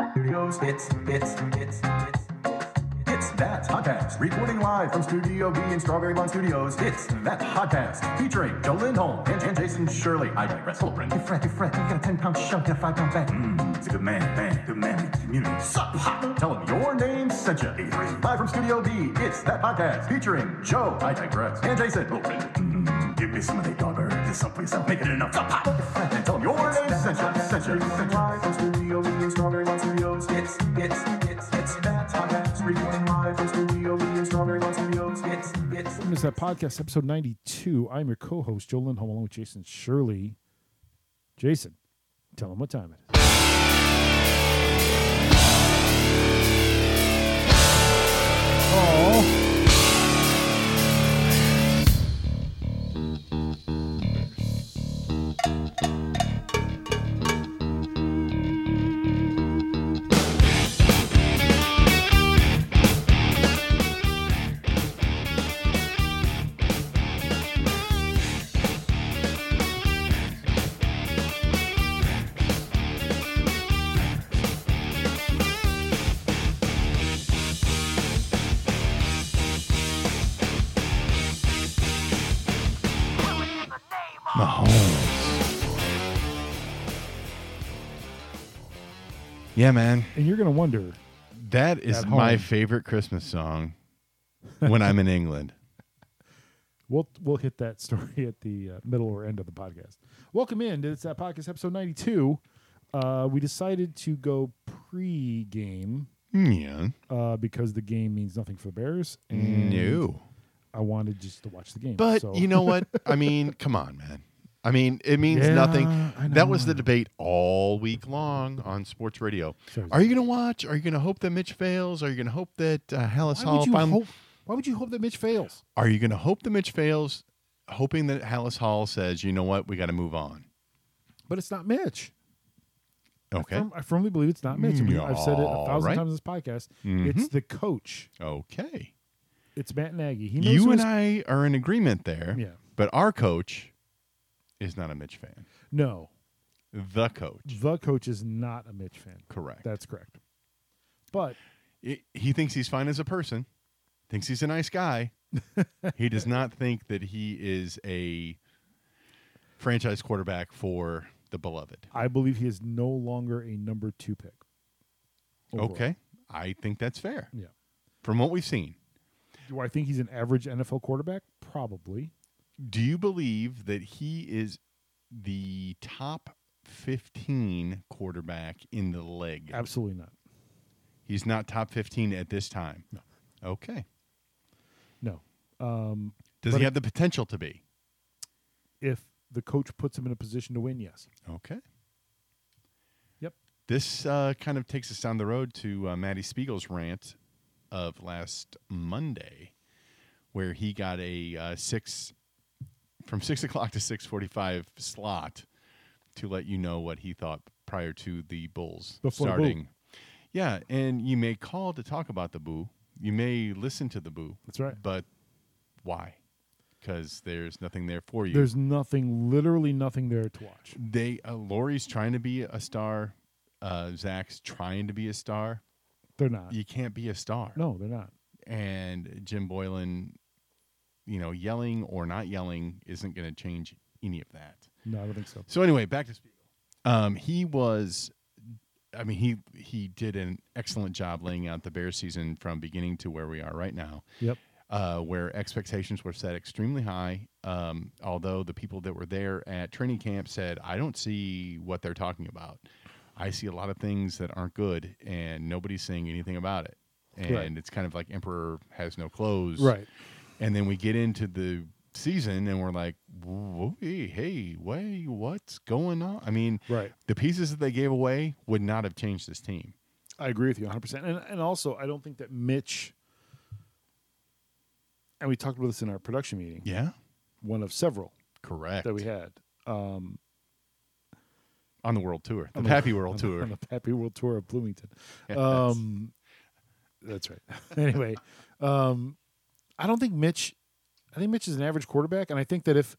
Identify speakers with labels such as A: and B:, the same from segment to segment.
A: It's it's it's it's
B: It's That's Podcast, recording live from Studio B in Strawberry Lawn Studios. It's That's Podcast, featuring Joe Lindholm and, and Jason Shirley. I digress. Hello, Brent. You fret, you fret. You got a 10 pound chunk and a 5 pound bag. Mmm, it's a good man, man, good man. Community. Sup, hot. Tell him your name sent you. Live from Studio B, it's That Podcast, featuring Joe. I digress. And Jason. Hello, Oh, Brent. Mmm, give me some of that yogurt. Just someplace else. Make it enough. Sup, hot. And tell him your name sent you. Sent you. Sent you. Live from Studio B in Strawberry Lawn Studios. It's, it's, it's, it's That's Podcast, recording live from Studio B in Strawberry Lawn Studios. It's, it's.
C: Welcome to that podcast, episode 92. I'm your co host, Joe Lindholm, along with Jason Shirley. Jason, tell him what time it is. Oh.
D: Mahomes. Yeah, man.
C: And you're going to wonder,
D: That is
C: At
D: my
C: home.
D: favorite Christmas song when I'm in England.
C: we'll, we'll hit that story at the uh, middle or end of the podcast. Welcome in. to It's that podcast, episode 92. Uh, we decided to go pre game
D: Yeah.
C: uh, because the game means nothing for the Bears. And
D: No.
C: I wanted just to watch the game.
D: Mm. But
C: Mm. so.
D: you know what? I mean, come on, man. I mean, it means
C: Yeah,
D: nothing.
C: I
D: That was
C: know.
D: the debate all week long on sports radio.
C: Sorry.
D: Are you going to watch? Are you going to hope that Mitch fails? Are you going to hope that uh, Hallis
C: why
D: Hall
C: would, you
D: finally?
C: hope, why would you hope that Mitch fails?
D: Are you going to hope that Mitch fails, hoping that Hallis Hall says, you know what, we got to move on?
C: But it's not Mitch.
D: Okay.
C: Firm- I firmly believe it's not Mitch. I mean, I've said it a
D: All
C: thousand
D: right.
C: times on this podcast. It's the coach.
D: Okay.
C: It's Matt Nagy. He knows
D: You
C: who
D: and
C: his-
D: I are in agreement there.
C: Yeah.
D: But our coach is not a Mitch fan.
C: No,
D: The coach.
C: the coach is not a Mitch fan.
D: Correct.
C: That's correct. But
D: He- he thinks he's fine as a person, thinks he's a nice guy. he does not think that he is a franchise quarterback for the beloved.
C: I believe he is no longer a number two pick. overall.
D: Okay. I think that's fair
C: Yeah.
D: from what we've seen.
C: Do I think he's an average NFL quarterback? Probably.
D: Do you believe that he is the top 15 quarterback in the league?
C: Absolutely not.
D: He's not top 15 at this time.
C: No.
D: Okay.
C: No.
D: Does
C: But
D: he
C: it-
D: have the potential to be?
C: If the coach puts him in a position to win, yes.
D: Okay.
C: Yep.
D: This uh, kind of takes us down the road to uh, Matty Spiegel's rant of last Monday, where he got a uh, six from six o'clock to six forty-five slot to let you know what he thought prior to the Bulls
C: Before the Bull.
D: starting. Yeah, and you may call to talk about the boo. You may listen to the boo.
C: That's right.
D: But why? Because there's nothing there for you.
C: There's nothing, literally nothing there to watch.
D: they uh, Lori's trying to be a star. Uh, Zach's trying to be a star.
C: They're not.
D: You can't be a star.
C: No, they're not.
D: And Jim Boylan, you know, yelling or not yelling isn't going to change any of that.
C: No, I don't think so.
D: So anyway, back to Spiegel. Um, he was, I mean, he he did an excellent job laying out the Bears season from beginning to where we are right now
C: Yep.
D: uh, where expectations were set extremely high. Um, although the people that were there at training camp said, I don't see what they're talking about. I see a lot of things that aren't good, and nobody's saying anything about it. And
C: Right.
D: it's kind of like Emperor has no clothes.
C: Right.
D: And then we get into the season, and we're like, "Whoa, hey, hey, way, what's going on? I mean,
C: Right.
D: the pieces that they gave away would not have changed this team.
C: I agree with you 100%. And, and also, I don't think that Mitch, and we talked about this in our production meeting,
D: Yeah.
C: one of several
D: Correct.
C: that we had um,
D: on the world tour, the
C: on the-
D: Pappy World
C: on the-
D: tour.
C: On the Happy World Tour of Bloomington.
D: Yes.
C: Um, that's right. anyway, um, I don't think Mitch, I think Mitch is an average quarterback. And I think that if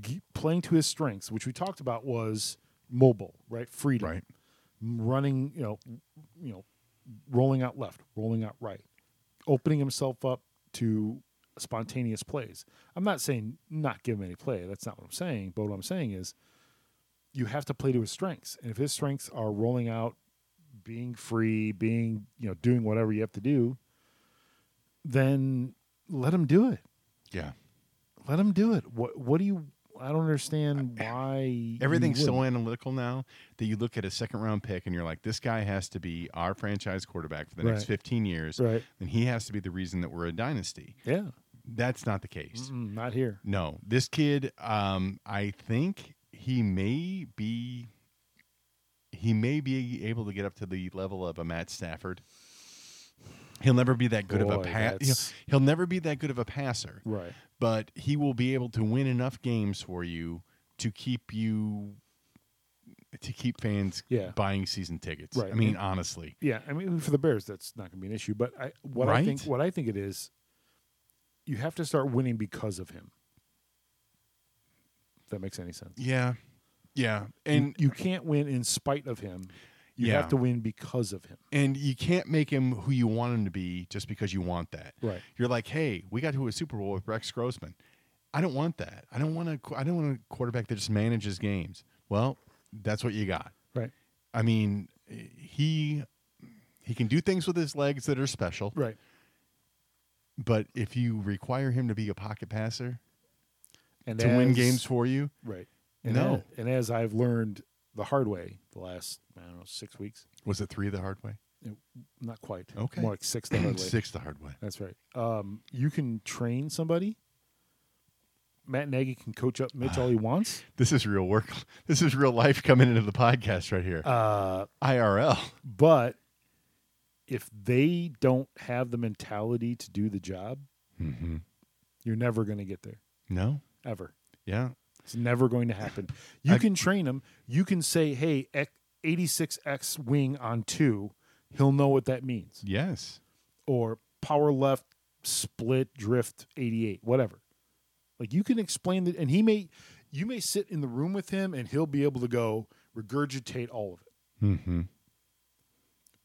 C: g- playing to his strengths, which we talked about was mobile, right? Freedom.
D: Right.
E: running, you know, you know, rolling out left, rolling out right, opening himself up to spontaneous plays. I'm not saying not give him any play. That's not what I'm saying. But what I'm saying is you have to play to his strengths. And if his strengths are rolling out, being free, being, you know, doing whatever you have to do, then let him do it.
D: Yeah.
E: Let him do it. What what do you I don't understand why
D: Uh, Everything's
E: you wouldn't.
D: so analytical now that you look at a second round pick and you're like, this guy has to be our franchise quarterback for the next
E: Right.
D: 15 years.
E: Right.
D: And he has to be the reason that we're a dynasty.
E: Yeah.
D: That's not the case.
E: Mm-mm, not here.
D: No, this kid, um, I think he may be. He may be able to get up to the level of a Matt Stafford. He'll never be that good of a
E: Boy,
D: pass. He'll,
E: that's-
D: he'll never be that good of a passer,
E: Right.
D: but he will be able to win enough games for you to keep you to keep fans
E: Yeah.
D: buying season tickets.
E: Right.
D: I mean, honestly,
E: Yeah, I mean for the Bears that's not going to be an issue, but I what I
D: Right?
E: think what I think it is you have to start winning because of him. If that makes any sense.
D: yeah, yeah,
E: And
D: and
E: you can't win in spite of him. You
D: Yeah.
E: have to win because of him.
D: and you can't make him who you want him to be just because you want that.
E: Right.
D: You're like, hey, we got to a Super Bowl with Rex Grossman. I don't want that. I don't want a, I don't want a quarterback that just manages games. Well, that's what you got.
E: Right.
D: I mean, he he can do things with his legs that are special.
E: Right.
D: But if you require him to be a pocket passer
E: And
D: to win
E: as-
D: games for you,
E: Right. And
D: No.
E: a- and as I've learned the hard way the last I don't know 6 weeks,
D: was it three the hard way?
E: not quite.
D: Okay.
E: More like 6 the hard way.
D: Six the hard way.
E: That's right. Um, you can train somebody. Matt Nagy can coach up Mitch all he wants.
D: This is real work. This is real life coming into the podcast right here.
E: Uh,
D: IRL.
E: but if they don't have the mentality to do the job,
D: Mm-hmm.
E: you're never going to get there,
D: No.
E: ever.
D: Yeah.
E: It's never going to happen. You
D: I-
E: can train him. You can say, hey, 86X wing on two. He'll know what that means.
D: Yes.
E: Or power left, split, drift, 88, whatever. Like you can explain that. And he may, you may sit in the room with him and he'll be able to go regurgitate all of it.
D: Mm-hmm.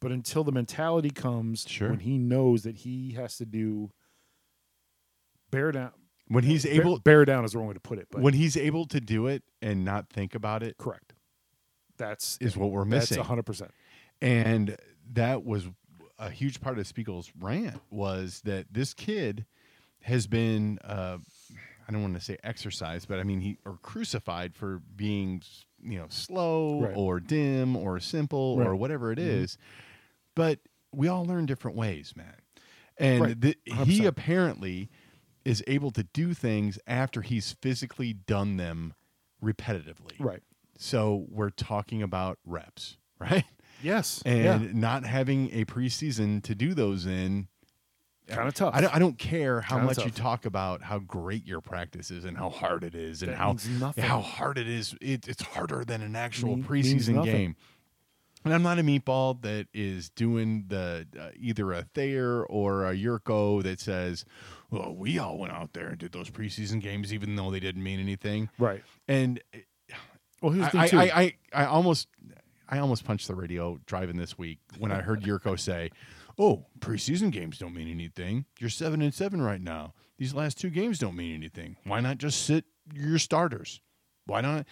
E: But until the mentality comes
D: Sure.
E: when he knows that he has to do bear down.
D: When he's
E: bear-
D: able,
E: bear down is the wrong way to put it, but
D: when he's able to do it and not think about it
E: correct. That's
D: is what we're
E: that's
D: missing.
E: hundred percent.
D: and that was a huge part of Spiegel's rant was that this kid has been uh, I don't want to say exercised, but I mean he or crucified for being you know slow
E: Right.
D: or dim or simple or
E: Right. Mm-hmm.
D: whatever it is. But we all learn different ways, man. And
E: Right.
D: th- he
E: 100%.
D: apparently is able to do things after he's physically done them repetitively.
E: Right.
D: So we're talking about reps, right?
E: Yes.
D: and
E: yeah.
D: not having a preseason to do those in
E: kind of tough.
D: I don't, I don't care how
E: Kinda
D: much you
E: tough.
D: talk about how great your practice is and how hard it is and
E: That
D: how
E: means nothing.
D: how hard it is it, it's harder than an actual
E: Mean- means
D: preseason
E: nothing.
D: game and I'm not a meatball that is doing the uh, either a Thayer or a Yurko that says, "Well, we all went out there and did those preseason games, even though they didn't mean anything."
E: right.
D: And
E: Well, here's the thing
D: I,
E: too.
D: I, I, I almost I almost punched the radio driving this week when I heard Yurko say, "Oh, preseason games don't mean anything. You're seven and seven right now. These last two games don't mean anything. Why not just sit your starters? Why not?"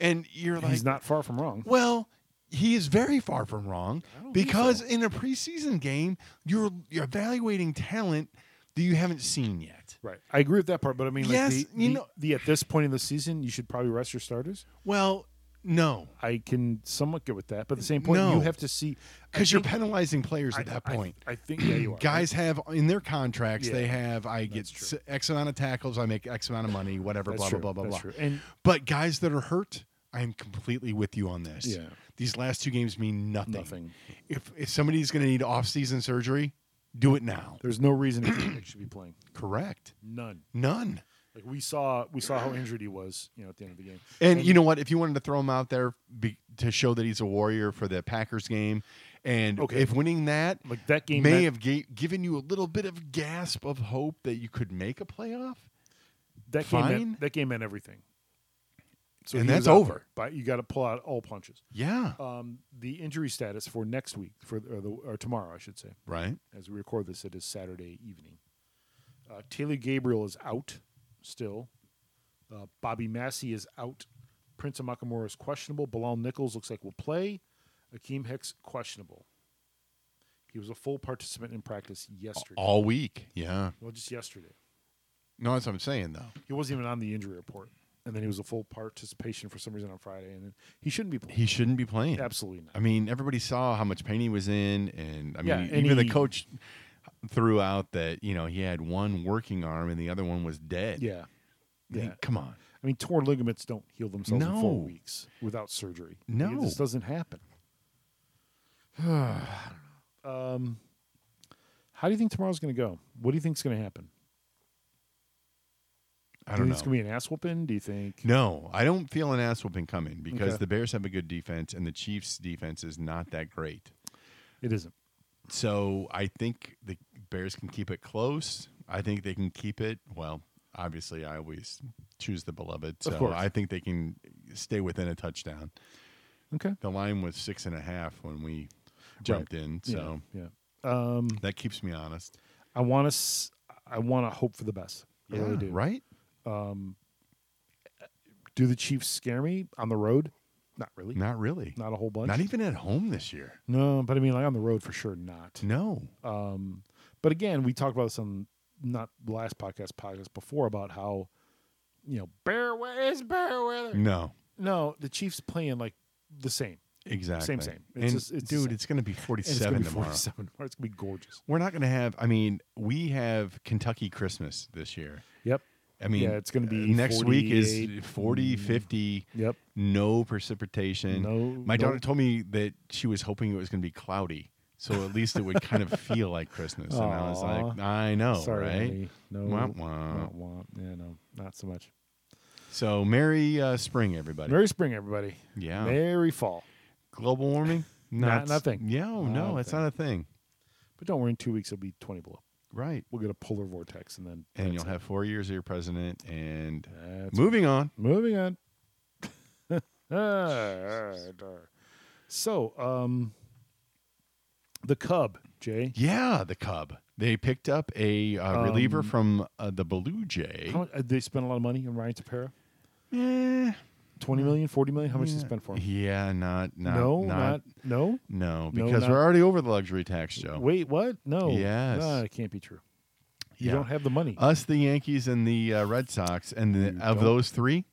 D: And you're like,
E: He's not far from wrong.
D: well, he is very far from wrong because in a preseason game, you're you're evaluating talent that you haven't seen yet.
E: Right. I agree with that part, but I mean, like
D: Yes,
E: the,
D: you
E: the-
D: know-
E: the at this point in the season, you should probably rest your starters.
D: Well, no,
E: I can somewhat get with that, but at the same point,
D: No.
E: you have to see I
D: because you're
E: think-
D: penalizing players at
E: I-
D: that
E: I-
D: point.
E: I, think yeah, you are.
D: guys have in their contracts
E: Yeah.
D: they have I get
E: That's true.
D: s- x amount of tackles, I make x amount of money, whatever,
E: That's
D: blah
E: true.
D: blah blah blah
E: That's
D: blah.
E: true. And
D: But guys that are hurt, I am completely with you on this.
E: Yeah.
D: These last two games mean nothing.
E: Nothing.
D: If if somebody's going to need off-season surgery, do it now.
E: there's no reason it should be playing.
D: Correct.
E: None.
D: None.
E: Like we saw, we saw how injured he was, you know, at the end of the game.
D: And, you know what? If you wanted to throw him out there be, to show that he's a warrior for the Packers game, and
E: Okay.
D: if winning that
E: Like that game
D: may
E: meant-
D: have ga- given you a little bit of gasp of hope that you could make a playoff,
E: that game
D: fine.
E: meant, that game meant everything. So
D: And
E: he
D: that's
E: was out
D: over.
E: there, But you got to pull out all punches.
D: Yeah.
E: Um, the injury status for next week, for or, the, or tomorrow, I should say,
D: right.
E: as we record this, it is Saturday evening. Uh, Taylor Gabriel is out still. Uh, Bobby Massey is out. Prince Amakamura is questionable. Bilal Nichols looks like will play. Akeem Hicks questionable. He was a full participant in practice yesterday.
D: All week. Yeah.
E: well, just yesterday.
D: No, that's what I'm saying though.
E: He wasn't even on the injury report, and then he was a full participation for some reason on Friday, and then he shouldn't be playing.
D: He shouldn't be playing.
E: Absolutely not.
D: I mean, everybody saw how much pain he was in, and I mean,
E: Yeah, and
D: even
E: he-
D: the coach threw out that you know he had one working arm and the other one was dead.
E: yeah,
D: I mean,
E: yeah.
D: come on.
E: I mean, torn ligaments don't heal themselves in
D: No.
E: four weeks without surgery.
D: No.
E: this doesn't happen. um, how do you think tomorrow's going to go? What do you think's going to happen?
D: I
E: do
D: don't
E: you think
D: know.
E: It's going to be an ass whooping. Do you think?
D: no, I don't feel an ass whooping coming because
E: Okay.
D: the Bears have a good defense and the Chiefs' defense is not that great.
E: It isn't.
D: So I think the Bears can keep it close. I think they can keep it. Well, obviously, I always choose the beloved.
E: Of
D: So
E: course.
D: I think they can stay within a touchdown.
E: Okay.
D: The line was six and a half when we jumped in.
E: Yeah,
D: So
E: yeah, Um,
D: that keeps me honest.
E: I want to. I want to hope for the best. I really do.
D: Right?
E: Do the Chiefs scare me on the road? Not really.
D: Not really.
E: Not a whole bunch.
D: Not even at home this year.
E: No, but I mean, like on the road for sure, not.
D: No.
E: Oh, Um, But again, we talked about this on not the last podcast, podcast before about how, you know, bear weather, bear weather.
D: No.
E: No, the Chiefs playing like the same.
D: Exactly.
E: same. It's
D: And
E: just- it's the
D: dude,
E: same.
D: it's going to be
E: And it's
D: 47
E: gonna be
D: tomorrow.
E: 47 tomorrow. It's gonna be gorgeous.
D: We're not going to have, I mean, we have Kentucky Christmas this year.
E: Yep.
D: I mean,
E: Yeah, it's gonna
D: uh,
E: be
D: next week is
E: 48,
D: 40, 50,
E: Yep.
D: no precipitation.
E: mm. No-
D: My
E: no-
D: daughter told me that she was hoping it was going to be cloudy. So at least it would kind of feel like Christmas. And I was like,
E: Aw.
D: I know,
E: Sorry,
D: right?
E: honey. No.
D: Womp womp.
E: womp womp. Yeah, no, not so much.
D: So merry uh, spring, everybody.
E: Merry spring, everybody.
D: yeah.
E: Merry fall.
D: Global warming?
E: Not- nothing.
D: Yeah, oh, no,
E: Not a
D: it's not a thing.
E: But don't worry, in two weeks it'll be 20 below.
D: Right.
E: We'll get a polar vortex, and then
D: And
E: that's
D: you'll
E: it.
D: have four years of your president and
E: That's
D: moving on.
E: Moving on. Alright, alright. so, um, the Cub, Jay.
D: Yeah, the Cub. They picked up a uh, reliever
E: Um,
D: from uh, the Blue Jay.
E: How much, uh, they spent a lot of money on Ryan Tapera.
D: Eh,
E: 20 million, 40 million. How much they spent for him?
D: Yeah, not, not,
E: no,
D: not,
E: no.
D: no,
E: No,
D: because
E: not-
D: we're already over the luxury tax, Joe.
E: Wait, what? No.
D: Yes.
E: No, it can't be true. You
D: Yeah. Uh,
E: don't have the money.
D: Us, the Yankees, and the uh, Red Sox, and
E: You
D: the, of
E: don't-
D: those three,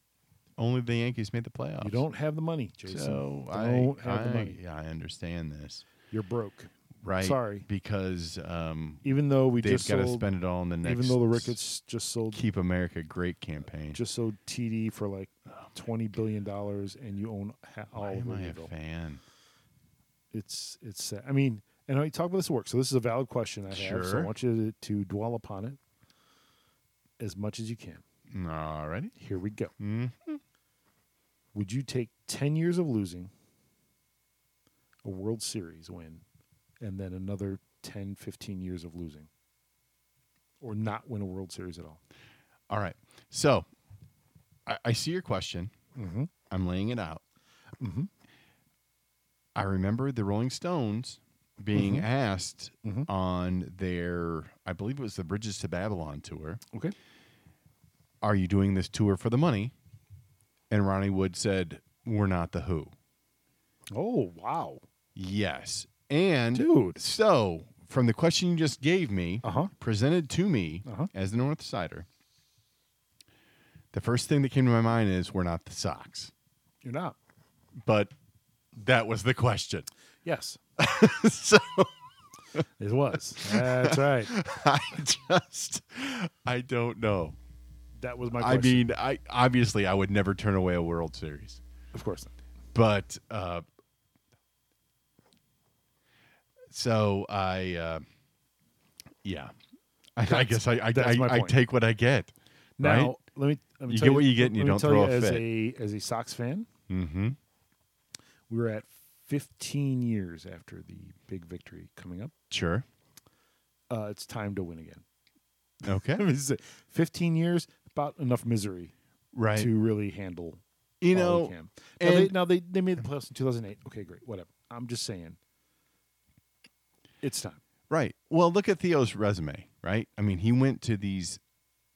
D: only the Yankees made the playoffs.
E: you don't have the money, Jason.
D: So I,
E: don't have the
D: I-
E: money.
D: I understand this.
E: You're broke.
D: Right.
E: Sorry.
D: Because um,
E: Even though we
D: they've
E: just
D: got to
E: sold-
D: spend it all in the next.
E: even though the Ricketts just sold
D: Keep America Great campaign.
E: just sold TD for like 20 billion dollars, and you own ha- all
D: Why
E: of
D: am I a
E: Louisville.
D: fan?
E: it's it's sad. I mean, and I talk about this at work, so this is a valid question I have. So I
D: Sure.
E: want you to, to dwell upon it as much as you can.
D: Alrighty.
E: Here we go.
D: Mm.
E: Would you take ten years of losing, a World Series win, and then another 10, 15 years of losing? Or not win a World Series at all.
D: All right. So I, I see your question.
E: Mm-hmm.
D: I'm laying it out.
E: Mhm.
D: I remember the Rolling Stones being
E: Mm-hmm.
D: asked
E: Mhm.
D: on their, I believe it was the Bridges to Babylon tour,
E: Okay.
D: are you doing this tour for the money? And Ronnie Wood said, we're not the Who.
E: Oh wow.
D: Yes. And
E: Dude.
D: so from the question you just gave me,
E: Uh huh.
D: presented to me
E: Uh-huh.
D: as the North Sider, the first thing that came to my mind is we're not the Sox.
E: You're not.
D: But that was the question.
E: Yes.
D: so
E: It was. That's right.
D: I just I don't know.
E: That was my
D: I
E: question.
D: mean, I obviously I would never turn away a World Series.
E: of course not.
D: But uh so I uh yeah. I, I guess I I, I,
E: that's my
D: I
E: point.
D: take what I get.
E: Now,
D: right?
E: let me. Let me
D: You
E: tell
D: get what you get and you
E: let me
D: don't
E: tell
D: throw
E: you
D: a
E: as
D: fit.
E: a as a Sox fan,
D: Mm-hmm.
E: we were at 15 years after the big victory coming up.
D: Sure.
E: Uh, it's time to win again.
D: Okay.
E: This is it. 15 years, about enough misery
D: right. Oh,
E: to really handle
D: You
E: while
D: know,
E: we can. Now, they,
D: and-
E: now they, they made the playoffs in 2008. Okay, great. Whatever. I'm just saying. It's time.
D: Right. Well, look at Theo's resume, right? I mean, he went to these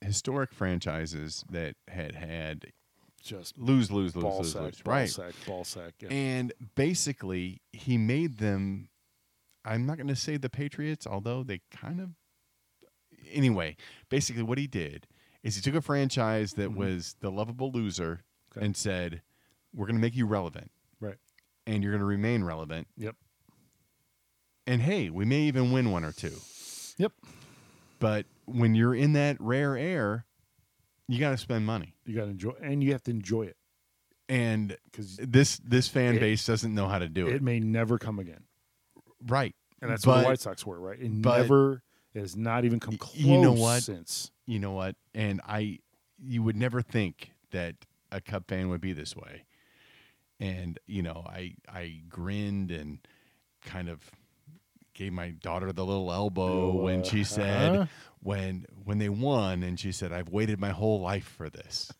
D: historic franchises that had had
E: Just
D: lose, lose, lose,
E: ball
D: lose,
E: sack,
D: lose.
E: ball
D: right.
E: sack, ball sack. Yeah.
D: And basically, he made them. I'm not going to say the Patriots, although they kind of. Anyway, basically, what he did is he took a franchise that
E: Mhm.
D: was the lovable loser
E: Okay.
D: and said, "We're going to make you relevant,
E: right.
D: and you're going to remain relevant.
E: Yep.
D: And hey, we may even win one or two.
E: Yep.
D: But when you're in that rare air, you got to spend money.
E: You got to enjoy, and you have to enjoy it
D: And
E: because it,
D: this this fan
E: It-
D: base doesn't know how to do it.
E: may never come again.
D: right.
E: And that's what
D: but
E: the White Sox were, right? It
D: but-
E: never it has not even come
D: Y-
E: close
D: you know what?
E: since.
D: you know what? And I you would never think that a Cub fan would be this way. And you know, I I grinned and kind of gave my daughter the little elbow
E: Little,
D: Oh, when
E: uh,
D: she said
E: uh-huh.
D: when when they won and she said I've waited my whole life for this.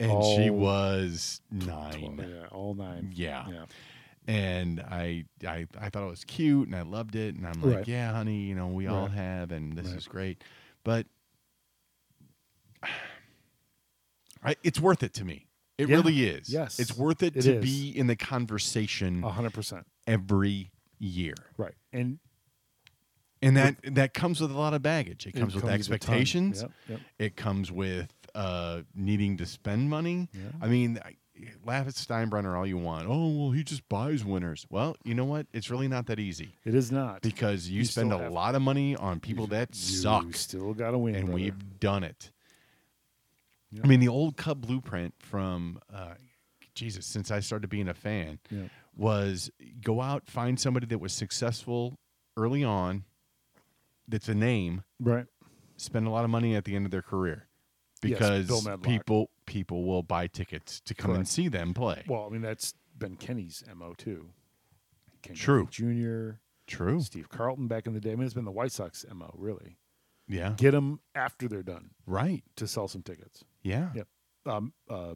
D: And she
E: All
D: was 9.
E: Yeah, all nine.
D: Yeah.
E: Yeah.
D: and I, I I thought it was cute and I loved it and I'm like,
E: Right.
D: yeah, honey, you know, we all
E: Right.
D: have and this
E: Right.
D: is great, but I, it's worth it to me. It
E: Yeah.
D: really is.
E: Yes.
D: it's worth it,
E: It
D: to
E: is. Oh.
D: be in the conversation
E: A hundred percent.
D: every year,
E: Right. And
D: and that that comes with a lot of baggage. It
E: it
D: comes with
E: a ton.
D: expectations.
E: Yep, yep.
D: It comes with uh, needing to spend money.
E: Yeah.
D: I mean, I, laugh at Steinbrenner all you want. Oh well, he just buys winners. Well, you know what? It's really not that easy
E: It is not.
D: because you,
E: You
D: spend
E: still
D: a
E: have-
D: lot of money on people that
E: You
D: suck,
E: Still got to win.
D: and
E: brother.
D: we've done it.
E: Yeah.
D: I mean, the old Cub blueprint from uh, Jesus, since I started being a fan,
E: Yeah.
D: was go out find somebody that was successful early on, that's a name,
E: right.
D: spend a lot of money at the end of their career,
E: Yes,
D: because
E: Bill Medlock.
D: people people will buy tickets to come and
E: Correct.
D: see them play.
E: Well, I mean that's been Kenny's mo too. Kenny
D: True.
E: Junior,
D: True.
E: Steve Carlton back in the day. I mean it's been the White Sox mo really.
D: Yeah.
E: Get them after they're done
D: Right.
E: to sell some tickets.
D: Yeah.
E: Yep. Um, uh,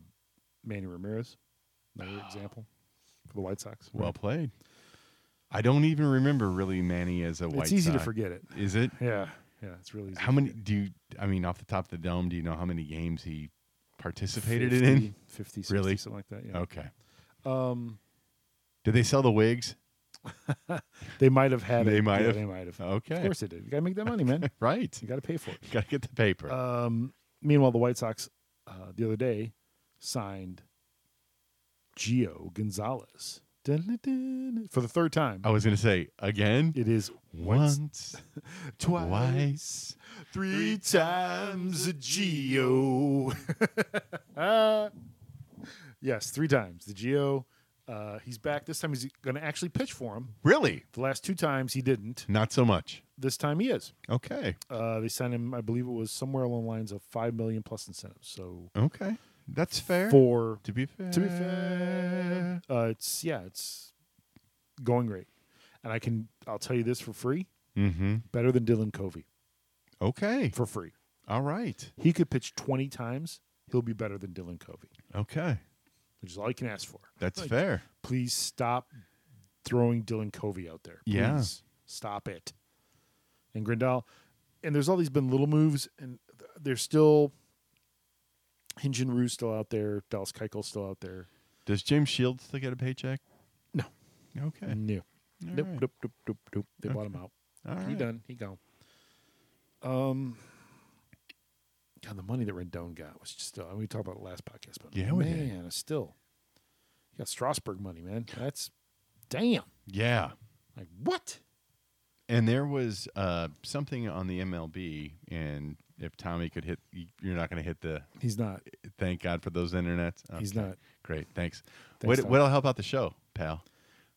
E: Manny Ramirez, another example for the White Sox.
D: Well
E: Right.
D: played. I don't even remember really Manny as a white.
E: it's easy to
D: Sox.
E: forget it.
D: Is it?
E: Yeah, yeah, it's really easy.
D: How many do you? I mean, off the top of the dome, do you know how many games he participated
E: it
D: in?
E: 50, 60,
D: Really?
E: something like that. Yeah.
D: Okay.
E: Um,
D: Did they sell the wigs?
E: they might have had.
D: They
E: it.
D: might
E: Yeah,
D: have.
E: They might have.
D: Okay.
E: Of course they did. You gotta make that money, man.
D: Right.
E: you gotta pay for it.
D: Got to get the paper.
E: Um, meanwhile, the White Sox uh, the other day signed Gio Gonzalez Dun-dun-dun. for the third time.
D: I was going to say again.
E: It is
D: Once,
E: twice,
D: twice,
E: three times a Geo. yes, three times the Geo. Uh, he's back this time. He's going to actually pitch for him.
D: really?
E: The last two times he didn't.
D: Not so much.
E: This time he is.
D: Okay.
E: Uh, they signed him. I believe it was somewhere along the lines of five million plus incentives. So
D: Okay. That's fair.
E: for
D: To be fair.
E: to be fair, uh, it's yeah, it's going great. And I can I'll tell you this for free,
D: Mm-hmm.
E: better than Dylan Covey
D: Okay.
E: for free.
D: All right.
E: He could pitch 20 times. He'll be better than Dylan Covey,
D: Okay.
E: which is all you can ask for.
D: That's
E: Like,
D: fair.
E: Please stop throwing Dylan Covey out there. Please
D: Yeah.
E: Stop it. And Grindal, and there's all these been little moves, and th- there's still Hinjin Rue still out there. Dallas Keuchel's still out there.
D: Does James Shields still get a paycheck?
E: No.
D: Okay.
E: No.
D: All
E: Nope,
D: right.
E: nope, nope, nope, nope. They bought him out.
D: All
E: He
D: right.
E: done. He gone. Um, God, the money that Rendon got was just still. I mean, we talked about it last podcast, but
D: Yeah, we did.
E: man, it's still. You got Strasburg money, man. That's damn.
D: Yeah.
E: Like what?
D: And there was uh, something on the MLB, and if Tommy could hit, you- you're not going to hit the.
E: He's not.
D: Thank God for those internets.
E: He's
D: Okay.
E: not.
D: Great, thanks.
E: Thanks,
D: Wait,
E: Tom.
D: what'll help out the show, pal?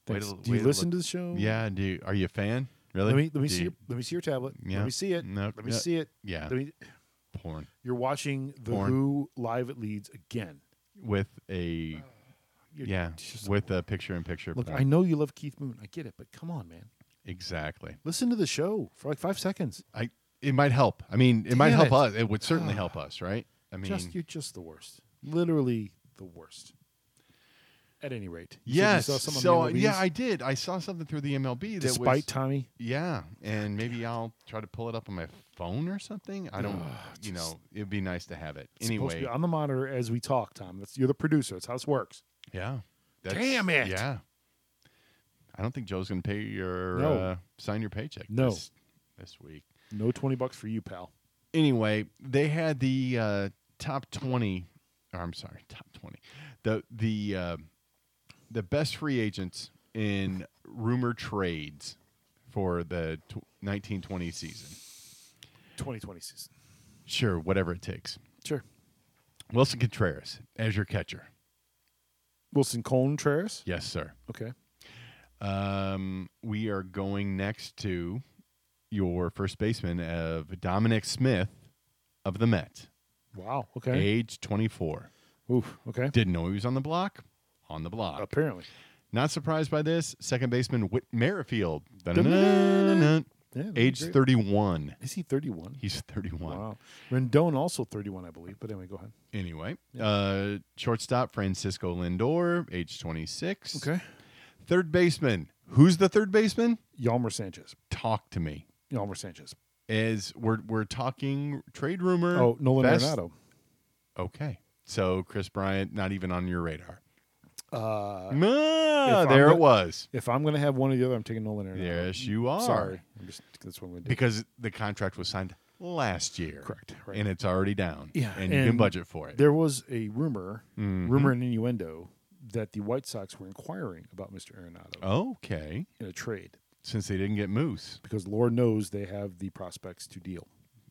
D: Way
E: Thanks.
D: to-
E: do
D: way
E: you
D: to
E: listen
D: look-
E: to the show?
D: Yeah. Do you, are you a fan? Really?
E: Let me let me
D: Do
E: see.
D: you-
E: Your, let me see your tablet.
D: Yeah.
E: Let me see it.
D: Nope.
E: Let me
D: Yeah.
E: see it.
D: Yeah.
E: Let me,
D: Porn
E: you're watching the
D: Porn.
E: Who live at Leeds again.
D: with a
E: You're
D: yeah
E: just-
D: with a picture in picture.
E: Look, I know you love Keith Moon. I get it, but come on, man.
D: exactly.
E: Listen to the show for like five seconds.
D: I it might help. I mean, it might
E: Damn
D: help
E: it. Ah.
D: us. It would certainly help us, right? I mean,
E: just you're just the worst. Literally the worst. At any rate, you said you
D: Yes.
E: saw some on
D: So
E: the MLBs?
D: yeah, I did. I saw something through the MLB that
E: despite
D: was
E: Tommy.
D: yeah, and maybe I'll try to pull it up on my phone or something. I don't,
E: Ugh,
D: you
E: Ah, just-
D: know, it'd be nice to have it
E: it's supposed to
D: anyway.
E: be on the monitor as we talk, Tom. That's you're the producer. That's how this works.
D: Yeah.
E: Damn it.
D: Yeah. I don't think Joe's going to pay your
E: No.
D: uh, sign your paycheck.
E: No.
D: This, this week.
E: No twenty bucks for you, pal.
D: Anyway, they had the uh, top twenty. Or I'm sorry, top twenty. The the uh, the best free agents in rumor trades for the tw 1920 season.
E: Twenty twenty season.
D: Sure, whatever it takes.
E: Sure.
D: Wilson Contreras as your catcher.
E: Wilson Contreras.
D: Yes, sir.
E: Okay.
D: Um, we are going next to your first baseman of Dominic Smith of the Mets,
E: Wow. Okay.
D: age 24.
E: Oof. Okay.
D: Didn't know he was on the block. On the block.
E: Apparently.
D: Not surprised by this. Second baseman Whit Merrifield,
E: Dun-dun-dun-dun. Yeah, that'd be
D: age
E: great.
D: 31.
E: Is he thirty one?
D: He's 31.
E: Wow. Rendon also thirty one, I believe. But anyway, go ahead.
D: Anyway, uh, shortstop Francisco Lindor, age 26. Third baseman. Who's the third baseman?
E: Yalmer Sanchez.
D: Talk to me.
E: Yalmer Sanchez.
D: is we're we're talking trade rumor.
E: Oh, Nolan
D: best-
E: Arenado.
D: Okay, so Chris Bryant not even on your radar.
E: Uh,
D: Ah,
E: if I'm
D: there
E: go-
D: it was.
E: if I'm going to have one or the other, I'm taking Nolan Arenado.
D: Yes, you are.
E: Sorry, I'm just that's what I'm going to do.
D: because the contract was signed last year.
E: Correct, right.
D: and it's already down.
E: Yeah,
D: and, you can
E: and
D: budget for it.
E: There was a rumor,
D: Mm-hmm.
E: rumor and innuendo, that the White Sox were inquiring about Mr. Arenado
D: Oh. okay,
E: in a trade
D: since they didn't get Moose.
E: because Lord knows they have the prospects to deal.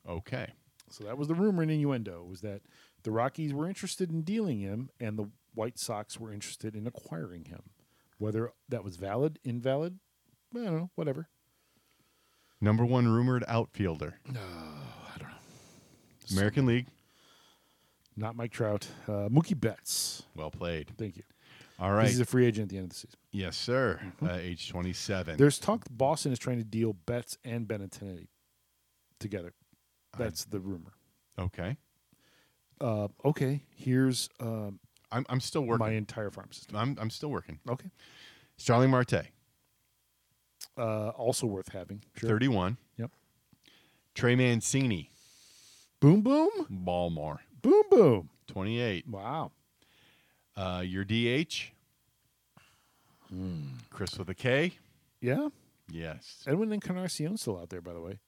D: Okay,
E: So that was the rumor and innuendo was that the Rockies were interested in dealing him and the White Sox were interested in acquiring him. Whether that was valid, invalid, I don't know, whatever.
D: number one rumored outfielder,
E: I don't know.
D: American League.
E: Not Mike Trout. Uh, Mookie Betts.
D: Well played.
E: Thank you.
D: All right.
E: He's a Mm-hmm. free agent at the end of the season.
D: yes, sir. Uh, age twenty-seven.
E: There's talk that Boston is trying to deal Betts and Benintendi together. That's the rumor.
D: okay.
E: Uh, okay, here's um,
D: I'm I'm still
E: my
D: working.
E: entire farm system.
D: I'm I'm still working.
E: Okay.
D: Starling Marte.
E: Uh, also worth having. Sure.
D: 31.
E: Yep.
D: Trey Mancini,
E: Boom, boom.
D: Balmore,
E: Boom, boom.
D: 28.
E: Wow.
D: Uh, your DH, Chris with a K.
E: Yeah.
D: Yes.
E: Edwin Encarnacion's still out there, by the way.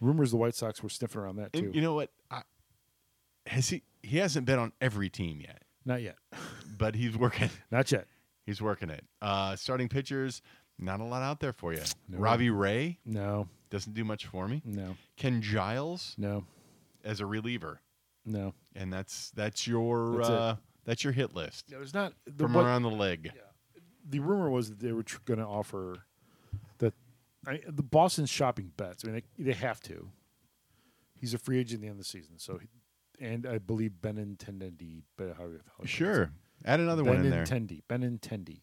E: Rumors the White Sox were sniffing around that, too.
D: And you know what? I, has he? He hasn't been on every team yet,
E: Not yet.
D: but he's working.
E: Not yet.
D: He's working it. Uh, starting pitchers, not a lot out there for you.
E: No. Mm.
D: Robbie Ray
E: No,
D: doesn't do much for me.
E: no,
D: Ken Giles
E: no,
D: as a reliever,
E: no.
D: and that's that's your
E: That's it.
D: uh, that's your hit list
E: There's not. The,
D: from
E: what-
D: around the leg.
E: the rumor was that they were tr- going to offer that I, the Boston's shopping bets. I mean, they, they have to. He's a free agent at the end of the season, so he, and I believe Benintendi. But how do you how do you pronounce
D: Sure. Add
E: it?
D: another one in there.
E: Benintendi. Benintendi.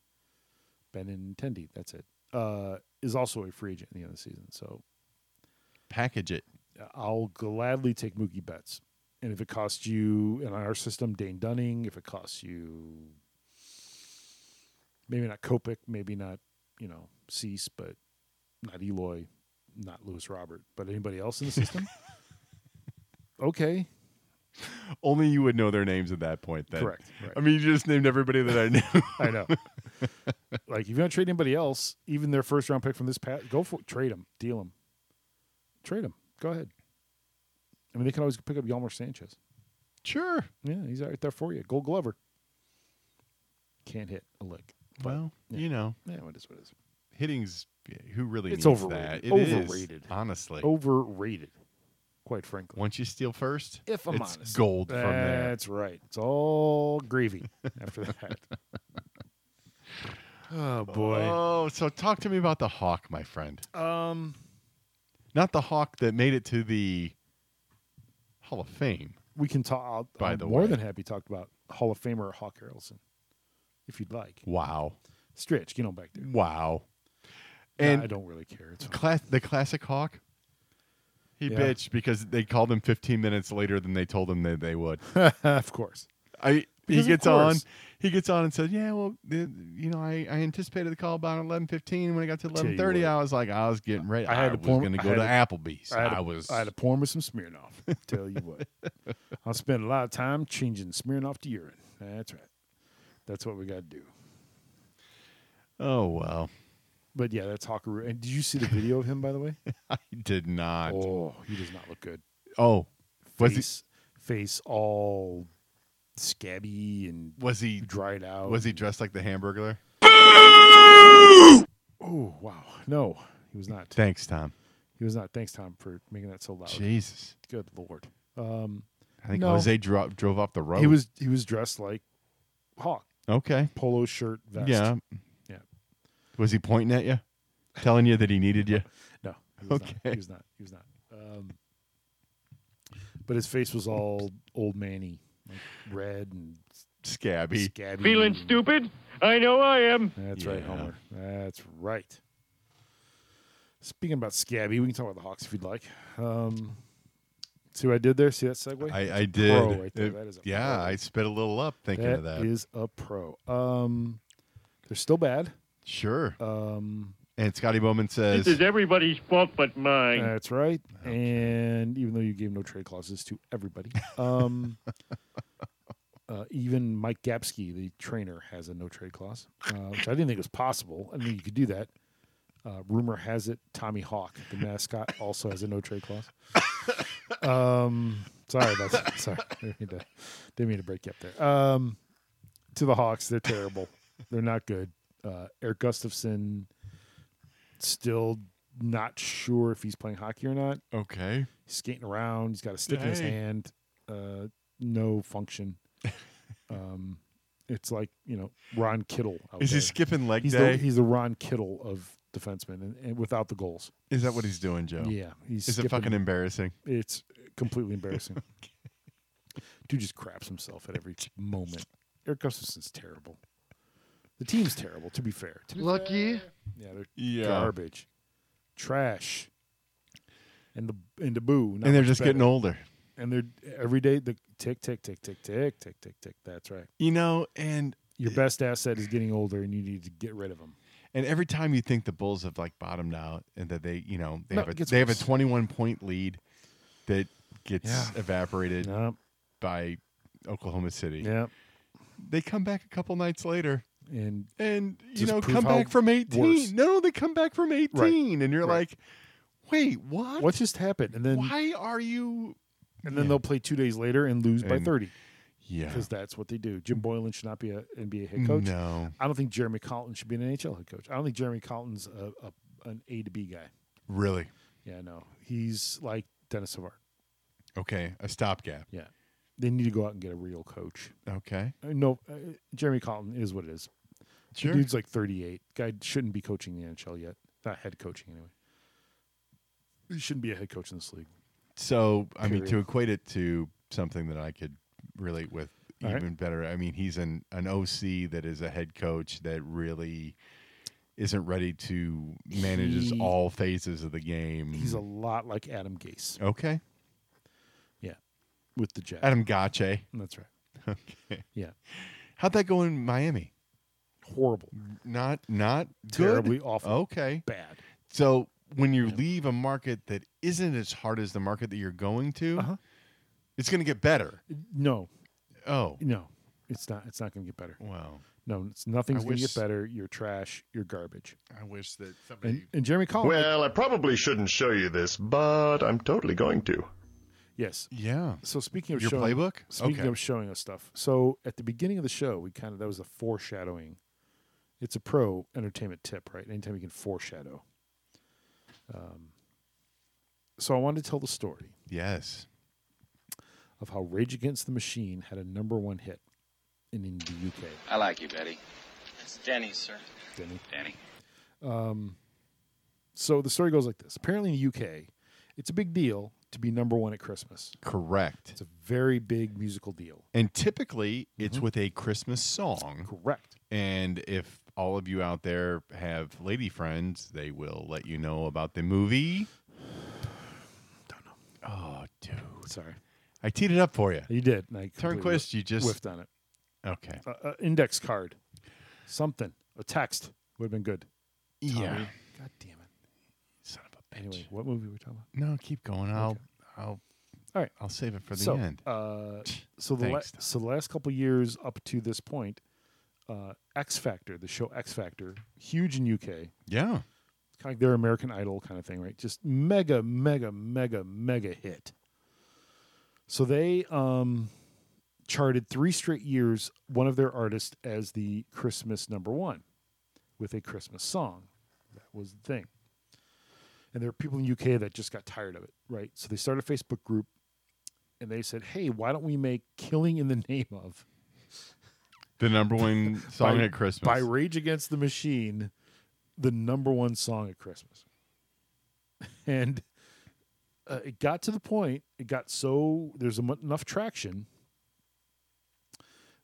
E: Benintendi. That's it. Uh, is also a free agent at the end of the season, so
D: Package it.
E: I'll gladly take Mookie Betts. And if it costs you in our system, Dane Dunning, if it costs you maybe not Kopic, maybe not, you know, Cease, but not Eloy, not Lewis Robert, but anybody else in the system? okay.
D: Only you would know their names at that point. Then.
E: Correct. right.
D: I mean, you just named everybody that I knew.
E: I know. like if you don't trade anybody else, even their first round pick from this past, go for trade them, deal them, trade them. Go ahead. I mean, they can always pick up Yalmer Sanchez.
D: sure.
E: Yeah, he's right there for you. Gold Glover. Can't hit a lick. But,
D: Well,
E: yeah.
D: you know,
E: yeah, what is what is
D: hitting's who really
E: It's
D: needs that?
E: overrated.
D: It is,
E: Overrated. Oh.
D: honestly.
E: overrated? Quite frankly,
D: Once you steal first,
E: if I'm
D: it's
E: honest,
D: gold from there.
E: That's right. It's all gravy after that. oh boy.
D: Oh, so talk to me about the hawk, my friend.
E: Um,
D: Not the hawk that made it to the Hall of Fame.
E: we can talk. I'll,
D: By
E: I'm
D: the
E: more
D: way.
E: than happy to talk about Hall of Famer Hawk Harrelson, if you'd like.
D: Wow,
E: Stretch, get on back there.
D: wow.
E: Nah,
D: And
E: I don't really care. It's fine.
D: class, the classic hawk. He
E: Yeah.
D: bitched because they called him 15 minutes later than they told him that they would.
E: of course.
D: I he
E: Because of
D: gets on.
E: course.
D: He gets on and says, "Yeah, well, the, you know, I, I anticipated the call about eleven fifteen. When it got to
E: Tell you
D: eleven thirty,
E: what.
D: I was like, I was getting ready.
E: I had to
D: was
E: pour-
D: going to
E: I
D: go
E: had
D: to
E: to-
D: Applebee's.
E: I had,
D: I
E: a-
D: was.
E: I had a porn with some Smirnoff. Tell you what, I spent a lot of time changing Smirnoff to urine. That's right. That's what we got to do.
D: oh well,
E: But yeah, that's Hawkeroo. And did you see the video of him, by the way?
D: I did not. Oh,
E: Oh, he does not look good.
D: was he
E: face, face all scabby and
D: was he
E: dried out.
D: was he dressed like the Hamburglar?
E: Oh wow, no, he was not.
D: Thanks, Tom.
E: He was not. Thanks, Tom, for making that so loud.
D: Jesus,
E: Good lord. Um,
D: I think
E: No.
D: Jose dro- drove off the road.
E: he was he was dressed like Hawk,
D: okay.
E: polo shirt, vest.
D: Yeah,
E: yeah.
D: was he pointing at you, telling you that he needed you?
E: No, he was not.
D: Okay.
E: He was not. He was not. Um, but his face was all old manny, like red and
D: Scabby.
E: scabby.
F: Feeling
E: and-
F: stupid? I know I am.
E: That's right,
D: Yeah.
E: Homer. That's right. Speaking about scabby, we can talk about the Hawks if you'd like. Um, see what I did there? See that segue?
D: I, I did.
E: right there.
D: It-
E: That is a
D: yeah,
E: pro.
D: I spit a little up thinking of that.
E: that is a pro. Um, they're still bad.
D: sure.
E: Um,
D: and Scotty Bowman
F: This
D: says,
F: is everybody's fault but mine.
E: That's right. And even though you gave no trade clauses to everybody, um, uh, even Mike Gapsky, the trainer, has a no trade clause, uh, which I didn't think was possible. I didn't think you could do that. Uh, rumor has it Tommy Hawk, the mascot, also has a no trade clause. Um, sorry about that. Sorry, didn't mean to, didn't mean to break you up there. Um, to the Hawks, they're terrible. They're not good. Uh, Eric Gustafson still not sure if he's playing hockey or not.
D: "Okay,
E: He's skating around. He's got a stick in his
D: Hey.
E: hand. Uh, no function. um, it's like you know Ron Kittle. Out
D: is he
E: there.
D: skipping leg
E: he's
D: day?
E: the he's the Ron Kittle of defensemen, and, and without the goals.
D: is that what he's doing, Joe?
E: Yeah, he's
D: Is it
E: skipping-
D: fucking embarrassing?
E: It's completely embarrassing. Dude just craps himself at every moment. Eric Gustafson's terrible. The team's terrible. To be fair, To be-
F: Lucky.
E: yeah, they're
D: Yeah.
E: garbage, trash, and the and the boo. not
D: and they're
E: much
D: just
E: better.
D: getting older,
E: And they're every day the tick tick tick tick tick tick tick tick. That's right.
D: you know. And
E: Your best asset is getting older, and you need to get rid of them.
D: and every time you think the Bulls have like bottomed out and that they, you know, they
E: No,
D: have a
E: it gets
D: they have a
E: worse.
D: twenty one point lead that gets
E: Yeah.
D: evaporated
E: Yeah,
D: by Oklahoma City.
E: yeah.
D: They come back a couple nights later
E: And
D: and you
E: Just
D: know
E: prove
D: come
E: how
D: back from 18
E: worse.
D: no they come back from 18 and you're
E: Right.
D: like wait what,
E: what just happened? And then
D: why are you
E: and then they'll play two days later and lose by
D: And-
E: thirty
D: yeah Mm.
E: because that's what they do. Jim Boylan should not be a NBA head coach.
D: no
E: I don't think Jeremy Colton should be an NHL head coach. I don't think Jeremy Colton's a, a an A to B guy.
D: really
E: Yeah, no, he's like Dennis Savard.
D: okay a stopgap
E: Yeah, they need to go out and get a real coach.
D: okay
E: Uh, No, uh, Jeremy Colton is what it is. The
D: sure
E: Dude's like 38. Guy shouldn't be coaching the NHL yet. Not head coaching anyway. He shouldn't be a head coach in this league.
D: so i mean to
E: Period.
D: equate it to something that i could relate with
E: All
D: even
E: right.
D: better i mean he's an, an oc that is a head coach that really isn't ready to manages
E: He-
D: all phases of the game
E: He's a lot like Adam Gase
D: okay
E: with the Jets.
D: adam gotcha
E: That's right.
D: okay
E: Yeah.
D: how'd that go in miami
E: Horrible.
D: Not not
E: Terribly
D: good.
E: awful.
D: Okay.
E: Bad.
D: So when you leave a market that isn't as hard as the market that you're going to,
E: Uh-huh.
D: it's going to get better.
E: No,
D: Oh,
E: no. It's not it's not going to get
G: Mm.
E: better.
D: wow.
E: No, it's,
D: I
E: nothing's going to
D: wish-
E: get better. You're trash. You're garbage.
D: I wish that somebody.
E: And, and Jeremy Colton.
G: Well, I probably shouldn't show you this, but I'm totally going to.
E: yes.
D: yeah.
E: So speaking of
D: Your
E: showing,
D: playbook?
E: Speaking
D: Okay.
E: of showing us stuff, so at the beginning of the show, we kind of that was a foreshadowing. It's a pro entertainment tip, right? Anytime you can foreshadow. Um, so I wanted to tell the story
D: Yes.
E: of how Rage Against the Machine had a number one hit in, in the UK.
H: I like you, Betty. It's Denny, sir.
E: Denny.
H: Denny.
E: Um, So the story goes like this: Apparently, in the UK, it's a big deal to be number one at Christmas.
D: Correct.
E: It's a very big musical deal.
D: And typically, it's with a Christmas song.
E: Correct.
D: And if all of you out there have lady friends, they will let you know about the movie. Don't know. Oh, dude.
E: Sorry,
D: I teed it up for you.
E: you did. and I completely
D: Turnquist, you just
E: whiffed on it.
D: Okay.
E: a, a index card, something, a text would have been good.
D: Yeah.
E: God damn it.
D: Son of a bitch.
E: Anyway, what movie were we talking about?
D: No, keep going. I'll I'll
E: All right.
D: I'll save it for the
E: so,
D: end.
E: Uh, so the la-
D: Thanks.
E: so the last couple years up to this point, uh, X Factor, the show X Factor, huge in UK,
D: yeah.
E: It's kind of like their American Idol kind of thing, right? Just mega, mega, mega, mega hit. So they um, charted three straight years, one of their artists as the Christmas number one with a Christmas song. That was the thing. And there were people in UK that just got tired of it, right? So they started a Facebook group and they said, hey, why don't we make Killing in the Name of
D: The number one song
E: by-
D: at Christmas.
E: by Rage Against the Machine, the number one song at Christmas. And uh, it got to the point, it got so, there's em- enough traction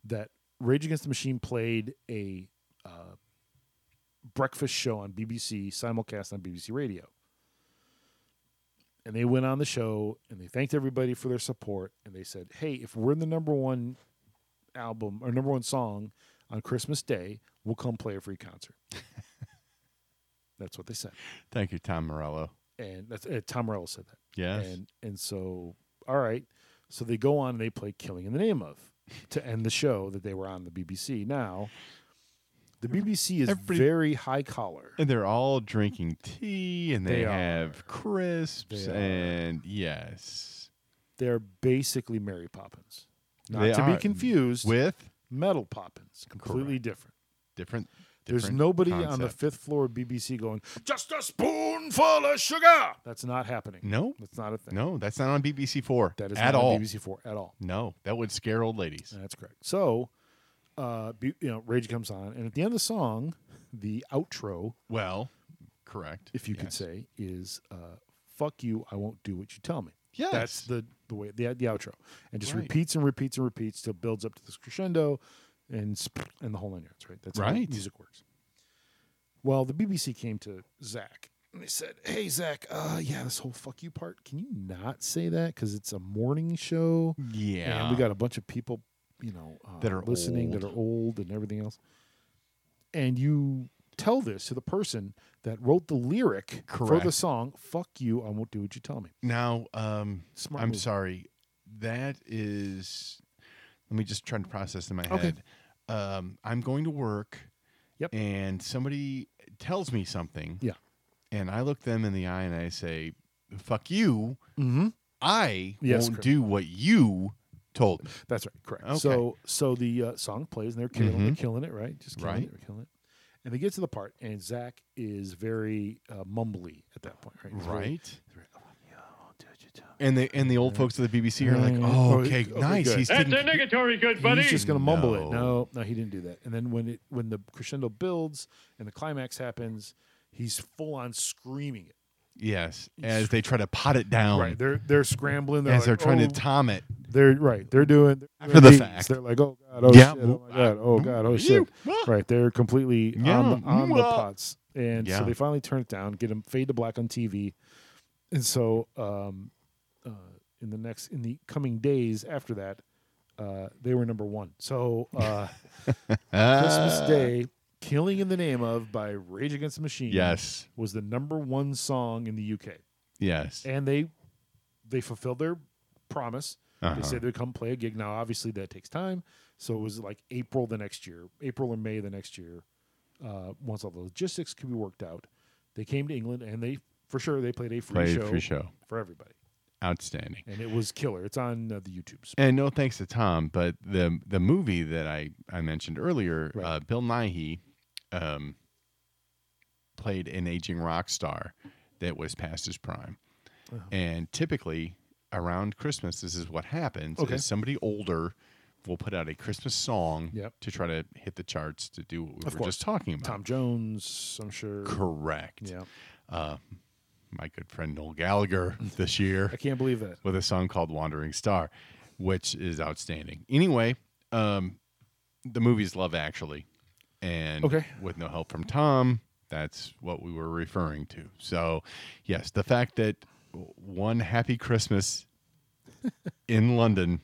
E: that Rage Against the Machine played a uh, breakfast show on BBC, simulcast on BBC Radio. And they went on the show and they thanked everybody for their support. And they said, hey, if we're the number one album or number one song on Christmas Day, we'll come play a free concert. that's what they said,
D: Thank you, Tom Morello.
E: and that's uh, Tom Morello said that.
D: Yes.
E: And and so all right, so they go on and they play "Killing in the Name of" to end the show that they were on the BBC. Now, the BBC is
D: Every-
E: very high collar.
D: and they're all drinking tea and they,
E: They are.
D: have crisps
E: They are.
D: and yes.
E: They're basically Mary Poppins, not
D: They
E: to
D: are.
E: be confused with
D: With
E: Metal Poppins, completely different.
D: different,
E: There's
D: different
E: nobody on the
D: concept.
E: fifth floor of BBC going, just a spoonful of sugar. That's not happening.
D: No.
E: That's not a thing.
D: No, that's not on BBC Four.
E: That is
D: at
E: not
D: all.
E: on BBC Four at all.
D: No, that would scare old ladies.
E: That's correct. So, uh, be, you know, Rage comes on, and at the end of the song, the outro,
D: Well, correct.
E: if you could
D: Yes.
E: say, is uh, "Fuck you, I won't do what you tell me."
D: Yes.
E: that's the the way the the outro, and just
D: Right.
E: repeats and repeats and repeats till it builds up to this crescendo, and sp- and the whole nine yards. Right. That's how
D: Right.
E: music works. Well, the BBC came to Zach and they said, "Hey, Zach, uh, yeah, this whole fuck you part, can you not say that because it's a morning show?"
D: yeah.
E: and we got a bunch of people, you know, uh,
D: That are
E: listening that
D: old.
E: are old and everything else. And you tell this to the person that wrote the lyric for the
D: Correct.
E: song "Fuck You, I Won't Do What You Tell Me."
D: Now, um,
E: Smart
D: I'm
E: move.
D: sorry. That is. Let me just try to process in my
E: Okay.
D: head. Um, I'm going to work.
E: Yep.
D: And somebody tells me something.
E: Yeah.
D: And I look them in the eye and I say, "Fuck you!
E: Mm-hmm.
D: I
E: Yes,
D: won't
E: correct.
D: do what you told me."
E: That's right, correct.
D: Okay.
E: So so the uh, song plays and they're killing, they're
D: Mhm.
E: killing it, right? Just killing
D: Right.
E: it, they're killing it. And they get to the part, and Zach is very uh, mumbly at that point, right? He's very-
D: Right.
E: he's very, "Oh, yeah, I won't do what you tell me."
D: And the and the old folks at the BBC are like,
E: Yeah.
D: "Oh,
E: Oh,
D: okay,
E: okay,
D: nice.
E: good.
D: He's
F: That's
D: taking.
F: a negatory, good buddy.
E: He's just going to mumble it.
D: No.
E: No, no, he didn't do that. And then when it when the crescendo builds and the climax happens, he's full on screaming it.
D: yes, as they try to pot it down,
E: Right. They're they're scrambling. They're
D: Oh. as
E: like,
D: they're trying
E: oh,
D: to tom it.
E: they're right. They're doing they're
D: After the
E: things.
D: fact.
E: They're like, oh god, oh
D: Yeah.
E: shit, oh my god, oh god, oh
D: Ew.
E: shit. Right. They're completely on the,
D: Yeah.
E: on the
D: Mwah.
E: pots, and
D: Yeah.
E: so they finally turn it down, get him fade to black on TV, and so um, uh, in the next in the coming days after that, uh, they were number one. So. Uh, Christmas
D: Ah,
E: Day, Killing in the Name of by Rage Against the Machine
D: Yes.
E: was the number one song in the UK.
D: Yes.
E: And they they fulfilled their promise.
D: Uh-huh.
E: They said they'd come play a gig. Now obviously that takes time. So it was like April the next year, April or May the next year. Uh, once all the logistics could be worked out. They came to England and they for sure they played a free
D: Played
E: show
D: free show.
E: for everybody.
D: Outstanding.
E: And it was killer. It's on uh, the YouTubes.
D: And no thanks to Tom, but the the movie that I, I mentioned earlier,
E: Right.
D: uh, Bill Nighy um, played an aging rock star that was past his prime.
E: Uh-huh.
D: And typically around Christmas, this is what happens.
E: Okay.
D: Is somebody older will put out a Christmas song
E: Yep.
D: to try to hit the charts to do what we
E: Of
D: were
E: course.
D: just talking about.
E: Tom Jones, I'm sure.
D: Correct.
E: Yeah.
D: My good friend Noel Gallagher this year
E: I can't believe that.
D: with a song called Wandering Star, which is outstanding. Anyway, um, the movie's Love Actually. And
E: Okay.
D: with no help from Tom, that's what we were referring to. So, yes, the fact that one happy Christmas in London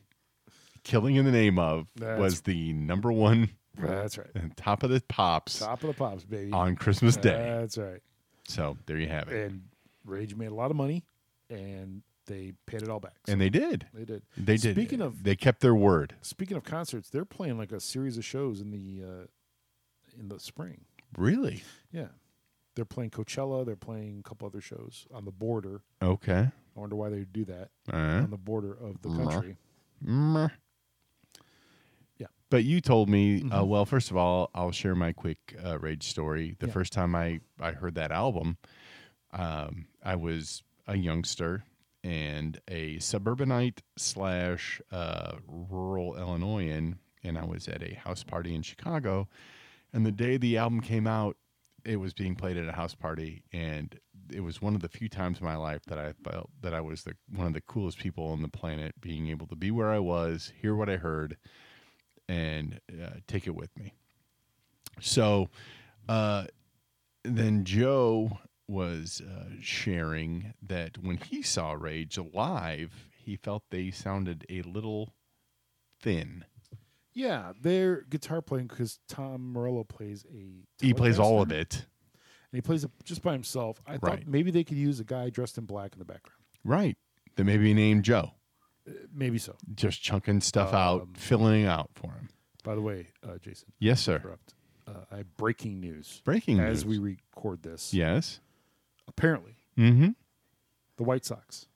D: Killing in the Name of
E: That's-
D: was the number one,
E: That's right.
D: and top of the pops
E: Top of the pops, baby.
D: on Christmas Day.
E: Uh, That's right.
D: So there you have it.
E: And Rage made a lot of money, and they paid it all back. So
D: And they did.
E: they did.
D: They did.
E: Speaking of
D: they kept their word.
E: speaking of concerts, they're playing like a series of shows in the uh, in the spring.
D: Really?
E: Yeah, they're playing Coachella. They're playing a couple other shows on the border.
D: Okay.
E: I wonder why they would do that
D: Uh,
E: on the border of the
D: Mhm.
E: country.
D: mm.
E: Yeah.
D: But you told me. Uh, well, first of all, I'll share my quick uh, rage story. The
E: Yeah.
D: first time I I heard that album, um, I was a youngster and a suburbanite slash uh, rural Illinoisan, and I was at a house party in Chicago. And the day the album came out, it was being played at a house party, and it was one of the few times in my life that I felt that I was the one of the coolest people on the planet, being able to be where I was, hear what I heard, and uh, take it with me. So, uh, then Joe was uh, sharing that when he saw Rage live, he felt they sounded a little thin.
E: Yeah, their guitar playing because Tom Morello plays a.
D: He plays all
E: telecaster,
D: of it.
E: and he plays it just by himself. I thought
D: Right.
E: maybe they could use a guy dressed in black in the background.
D: Right. They maybe named Joe,
E: Maybe so.
D: just chunking stuff
E: Um,
D: out, filling it out for him.
E: By the way, uh, Jason,
D: Yes, sir.
E: interrupt. Uh, I have breaking news
D: Breaking
E: as we
D: news.
E: record this.
D: Yes.
E: Apparently,
D: Mm-hmm.
E: the White Sox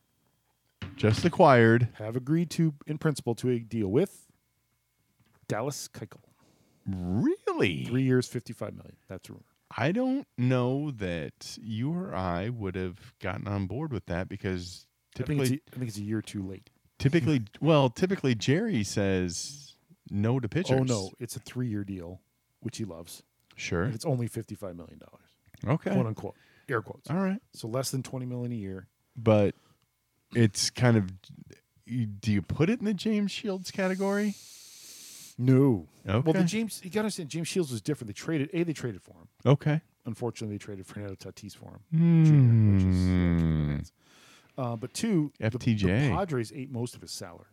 D: Just acquired.
E: have agreed to, in principle, to a deal with Dallas Keuchel.
D: Really?
E: Three years, fifty-five million. That's a rumor.
D: I don't know that you or I would have gotten on board with that because
E: I,
D: typically
E: think it's e-, a, I think it's a year too late.
D: Typically, well, typically Jerry says no to pitchers.
E: Oh no, it's a three-year deal, which he loves.
D: sure,
E: And it's only fifty-five million dollars,
D: okay,
E: quote unquote, air quotes.
D: all right,
E: So less than twenty million a year.
D: but it's kind of. you- Do you put it in the James Shields category?
E: No.
D: Okay,
E: Well, the James, you gotta understand, James Shields was different. They traded a, they traded for him.
D: okay,
E: Unfortunately, they traded Fernando Tatis for him. Jr., which is
D: Hmm.
E: uh, uh, but two, the- The,
D: FTJ.
E: Padres ate most of his salary.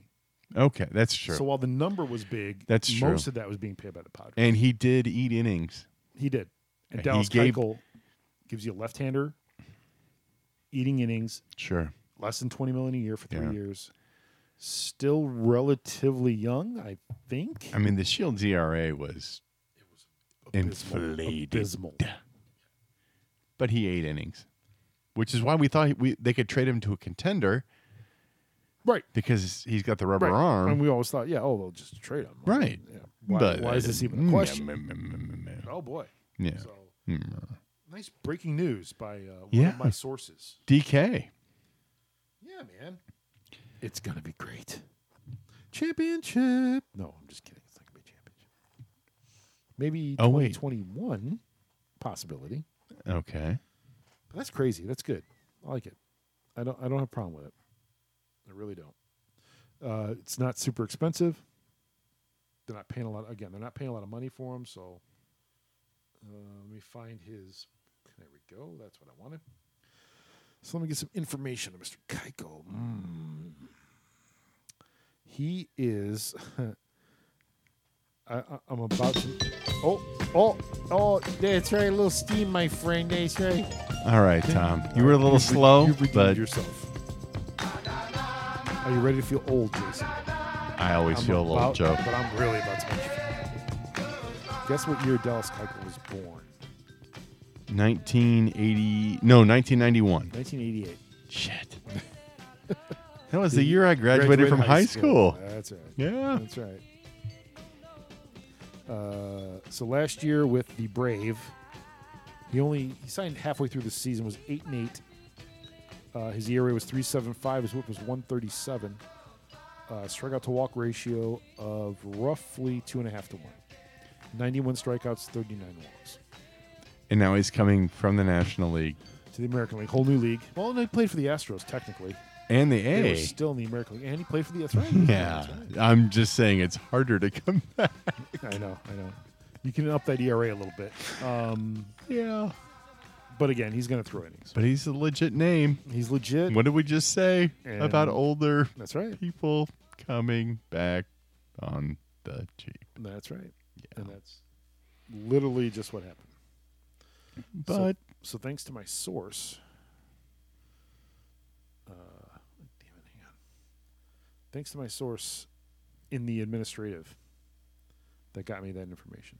D: okay, that's true.
E: So while the number was big,
D: That's true.
E: most of that was being paid by the Padres.
D: and he did eat innings.
E: he did. And
D: He
E: Dallas
D: gave-
E: Keuchel gives you a left-hander, eating innings,
D: Sure,
E: less than twenty million a year for three
D: Yeah.
E: years. Still relatively young, I think.
D: I mean the Shields ERA was, inflated,
E: Abysmal.
D: but he ate innings, which is why we thought we they could trade him to a contender
E: Right.
D: because he's got the rubber
E: right.
D: arm.
E: And we always thought, yeah, oh, they'll just trade him. I mean,
D: Right. mm,
E: yeah. Why, why is this even a question? Oh, boy.
D: Yeah. Hmm.
E: So, nice breaking news by uh, one
D: Yeah.
E: of my sources.
D: DK.
E: Yeah, man. It's going to be great. Championship. No, I'm just kidding. It's not going to be a championship. Maybe
D: Oh, wait.
E: 2021 possibility.
D: Okay.
E: But that's crazy. That's good. I like it. I don't. I don't have a problem with it. I really don't. Uh, it's not super expensive. They're not paying a lot. Again, they're not paying a lot of money for him. So uh, let me find his. There we go. That's what I wanted. So let me get some information on Mr. Keiko. Mm. He is. I, I, I'm about to. Oh, oh, oh! That's right, a little steam, my friend. That's right.
D: All right, Tom. You were a little
E: You've re-
D: slow,
E: you've redeemed
D: but
E: yourself. Are you ready to feel old, Jason?
D: I always feel a little
E: about-
D: joke.
E: But I'm really about to make you feel old. Guess what year Dallas Keuchel was born?
D: 1980. No, 1991.
E: 1988.
D: Shit. That was the year I graduated from high school.
E: That's right.
D: Yeah.
E: That's right. Uh, so last year with the Brave, he only he signed halfway through the season was eight and eight. Uh, his ERA was three seven five. His WHIP was one thirty seven. Uh, strikeout to walk ratio of roughly two and a half to one. Ninety one strikeouts, thirty nine walks.
D: And now he's coming from the National League
E: To the American League, whole new league. Well, and he played for the Astros technically.
D: and the
E: They were
D: A.
E: still in the American League, and he played for the that's right. That's
D: Yeah.
E: right.
D: I'm just saying it's harder to come back.
E: I know, I know. You can up that ERA a little bit. Um,
D: Yeah.
E: but again, he's going to throw innings.
D: But he's a legit name.
E: He's legit.
D: What did we just say
E: And-
D: about older
E: That's right.
D: people coming back on the cheap.
E: That's right. And that's literally just what happened. So-
D: But
E: so, thanks to my source, uh, damn it, hang on. Thanks to my source in the administrative that got me that information.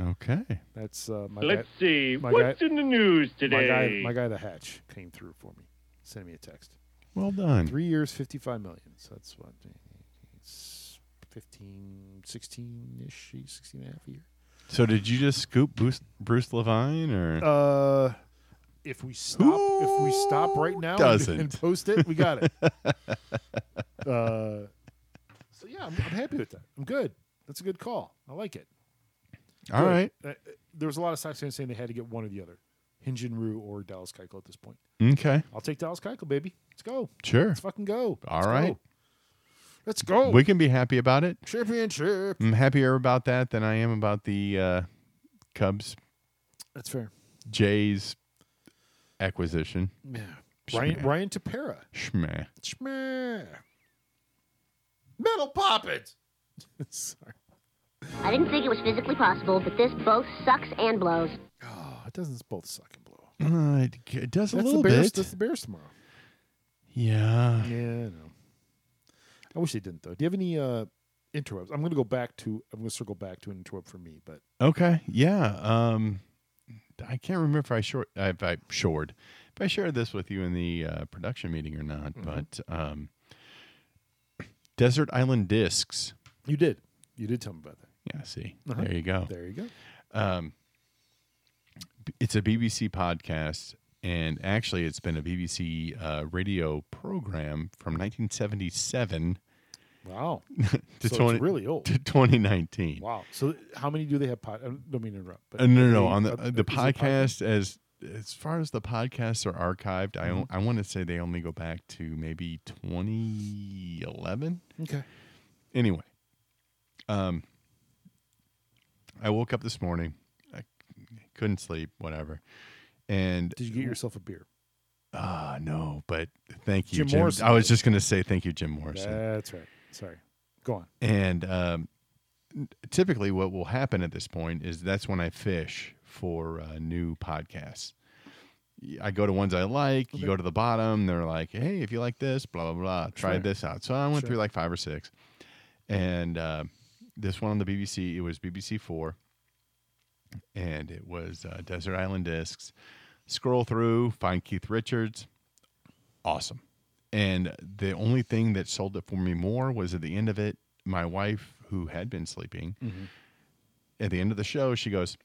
D: okay,
E: That's uh, my
F: Let's
E: guy,
F: see.
E: my
F: What's
E: guy-
F: in the news
E: my
F: today?
E: guy, my guy, the hatch came through for me. Sent me a text.
D: well done.
E: Three years, fifty-five million. So that's what it's 15, 16 ish, 16 and a half a year.
D: So did you just scoop Bruce, Bruce Levine or
E: Uh, if we stop, if we stop right now and,
D: doesn't?
E: and post it, we got it. uh, so yeah, I'm, I'm happy with that. I'm good. That's a good call. I like it.
D: all
E: Good.
D: right?
E: Uh, uh, there was a lot of stocks saying they had to get one or the other, Hinjin Rue or Dallas Keuchel at this point.
D: Okay,
E: I'll take Dallas Keuchel, baby. Let's go.
D: sure.
E: Let's fucking go.
D: All
E: Let's
D: right.
E: go. Let's go.
D: We can be happy about it.
E: Championship.
D: I'm happier about that than I am about the uh, Cubs
E: That's fair.
D: Jays acquisition.
E: Yeah. Ryan
D: Schmeh.
E: Ryan Tapera.
D: Schmeh.
E: Schmeh. Metal poppet. Sorry.
I: I didn't think it was physically possible, but this both sucks and blows.
E: Oh, it doesn't both suck and blow.
D: Uh, it, g- it does a
E: that's
D: little
E: the Bears.
D: bit.
E: That's the Bears tomorrow.
D: yeah.
E: Yeah, I know. I wish they didn't though. Do you have any uh interwebs? I'm gonna go back to I'm gonna circle back to an interweb for me, but
D: Okay. Yeah. Um, I can't remember if I short if I shored if I shared this with you in the uh, production meeting or not,
E: Mm-hmm.
D: but um, Desert Island Discs.
E: you did. You did tell me about that.
D: Yeah. See,
E: Uh-huh.
D: there you go.
E: There you go.
D: It's a BBC podcast, and actually, it's been a BBC uh, radio program from 1977
E: Wow.
D: to
E: so
D: 20
E: it's really old.
D: to 2019.
E: Wow. So how many do they have? Pod- I don't mean to interrupt. But
D: Uh, no, no,
E: how
D: no. On
E: many-
D: the
E: uh,
D: uh,
E: is
D: the
E: it pod-
D: podcast, as as far as the podcasts are archived, I
E: Mm-hmm.
D: o- I want to say they only go back to maybe 2011.
E: Okay.
D: Anyway, um, I woke up this morning. I couldn't sleep. Whatever. And
E: Did you get yourself a beer?
D: Ah, no, but thank you,
E: Jim
D: Jim.
E: Morrison.
D: I was just gonna say thank you, Jim Morrison.
E: That's right. Sorry. Go on.
D: And um, typically, what will happen at this point is that's when I fish for uh, new podcasts. I go to ones I like. You go to the bottom. They're like, "Hey, if you like this, blah blah blah, try
E: Sure.
D: this out." So I went
E: Sure.
D: through like five or six, and uh, this one on the BBC, it was BBC Four, and it was uh, Desert Island Discs. Scroll through, find Keith Richards, awesome. And the only thing that sold it for me more was at the end of it, my wife, who had been sleeping, at the end of the show, she goes,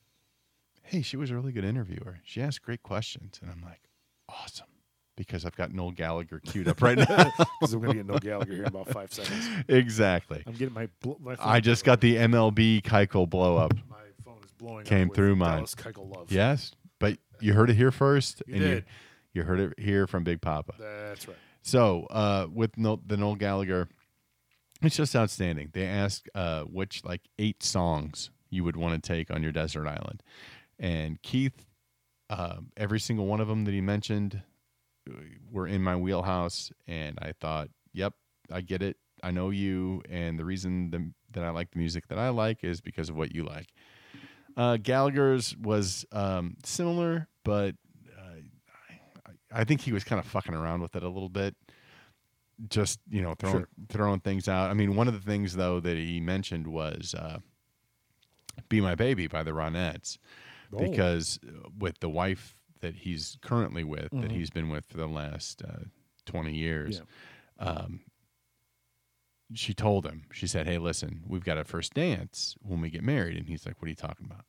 D: Hey, she was a really good interviewer. She asked great questions. And I'm like, Awesome. Because I've got Noel Gallagher queued up right now.
E: Because I'm gonna get no Gallagher here in about five seconds.
D: exactly.
E: I'm getting my. Bl- my phone
D: I just
E: blow-
D: got the MLB Keiko blow up.
E: My phone is blowing.
D: Came
E: up
D: through
E: with
D: mine.
E: Dallas Keuchel love.
D: Yes. But you heard it here first.
E: You
D: and
E: did.
D: You, you heard it here from Big Papa.
E: That's right.
D: So uh, with no, the Noel Gallagher, it's just outstanding. They ask uh, which like eight songs you would want to take on your desert island, and Keith, uh, every single one of them that he mentioned uh, were in my wheelhouse, and I thought, yep, I get it. I know you, and the reason the, that I like the music that I like is because of what you like. Uh, Gallagher's was um, similar, but uh, I think he was kind of fucking around with it a little bit. Just you know, throwing
E: Sure.
D: throwing things out. I mean, one of the things though that he mentioned was uh, "Be My Baby" by the Ronettes,
E: Oh.
D: because uh, with the wife that he's currently with, that
E: Mhm.
D: he's been with for the last uh, twenty years,
E: Yeah.
D: um, she told him, she said, "Hey, listen, we've got a first dance when we get married," and he's like, "What are you talking about?"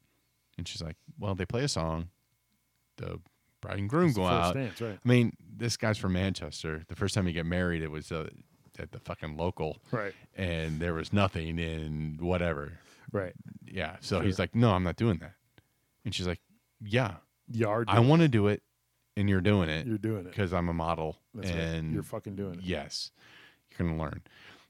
D: And she's like, "Well, they play a song, the bride and groom
E: It's the
D: go
E: first
D: out."
E: dance, right?
D: I mean, this guy's from Manchester. The first time he got married, it was uh, at the fucking local,
E: Right.
D: and there was nothing in whatever.
E: Right.
D: Yeah. So
E: Sure.
D: he's like, "No, I'm not doing that." And she's like, "Yeah,
E: Yard.
D: I want to do it, and you're doing it
E: You're doing it.
D: because I'm a model,
E: That's
D: and
E: right. You're fucking doing it.
D: Yes, you're gonna learn.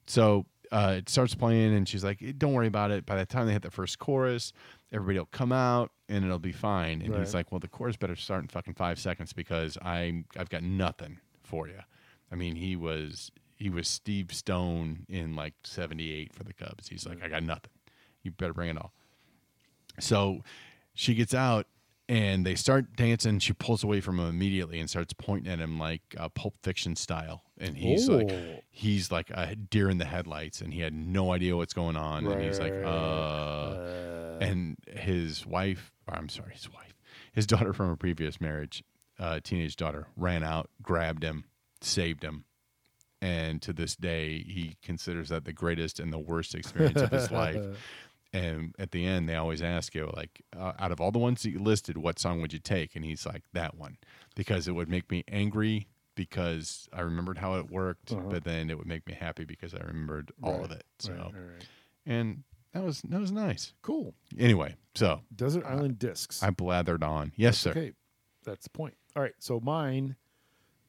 D: So uh, it starts playing, and she's like, "Eh, "Don't worry about it." By the time they hit the first chorus, everybody will come out, and it'll be fine. And
E: Right.
D: he's like, "Well, the chorus better start in fucking five seconds because I'm I've got nothing for you." I mean, he was he was Steve Stone in like 78 for the Cubs. He's like, I got nothing. You better bring it all. So she gets out and they start dancing. She pulls away from him immediately and starts pointing at him like uh, Pulp Fiction style. And he's like,
E: Oh.
D: he's like a deer in the headlights and he had no idea what's going on. and he's like,
E: Right. Uh.
D: uh, and his wife, or I'm sorry, his wife, his daughter from a previous marriage, uh, teenage daughter, ran out, grabbed him, saved him. And to this day, he considers that the greatest and the worst experience of his life. And at the end, they always ask you, like, uh, out of all the ones that you listed, what song would you take? And he's like, that one, because it would make me angry because I remembered how it worked, but then it would make me happy because I remembered all of it. So,
E: Uh-huh. Right, right.
D: and that was that was nice.
E: Cool.
D: Anyway, so
E: Desert Island Discs.
D: I blathered on. Yes, sir.
E: Okay, that's the point. All right, so mine.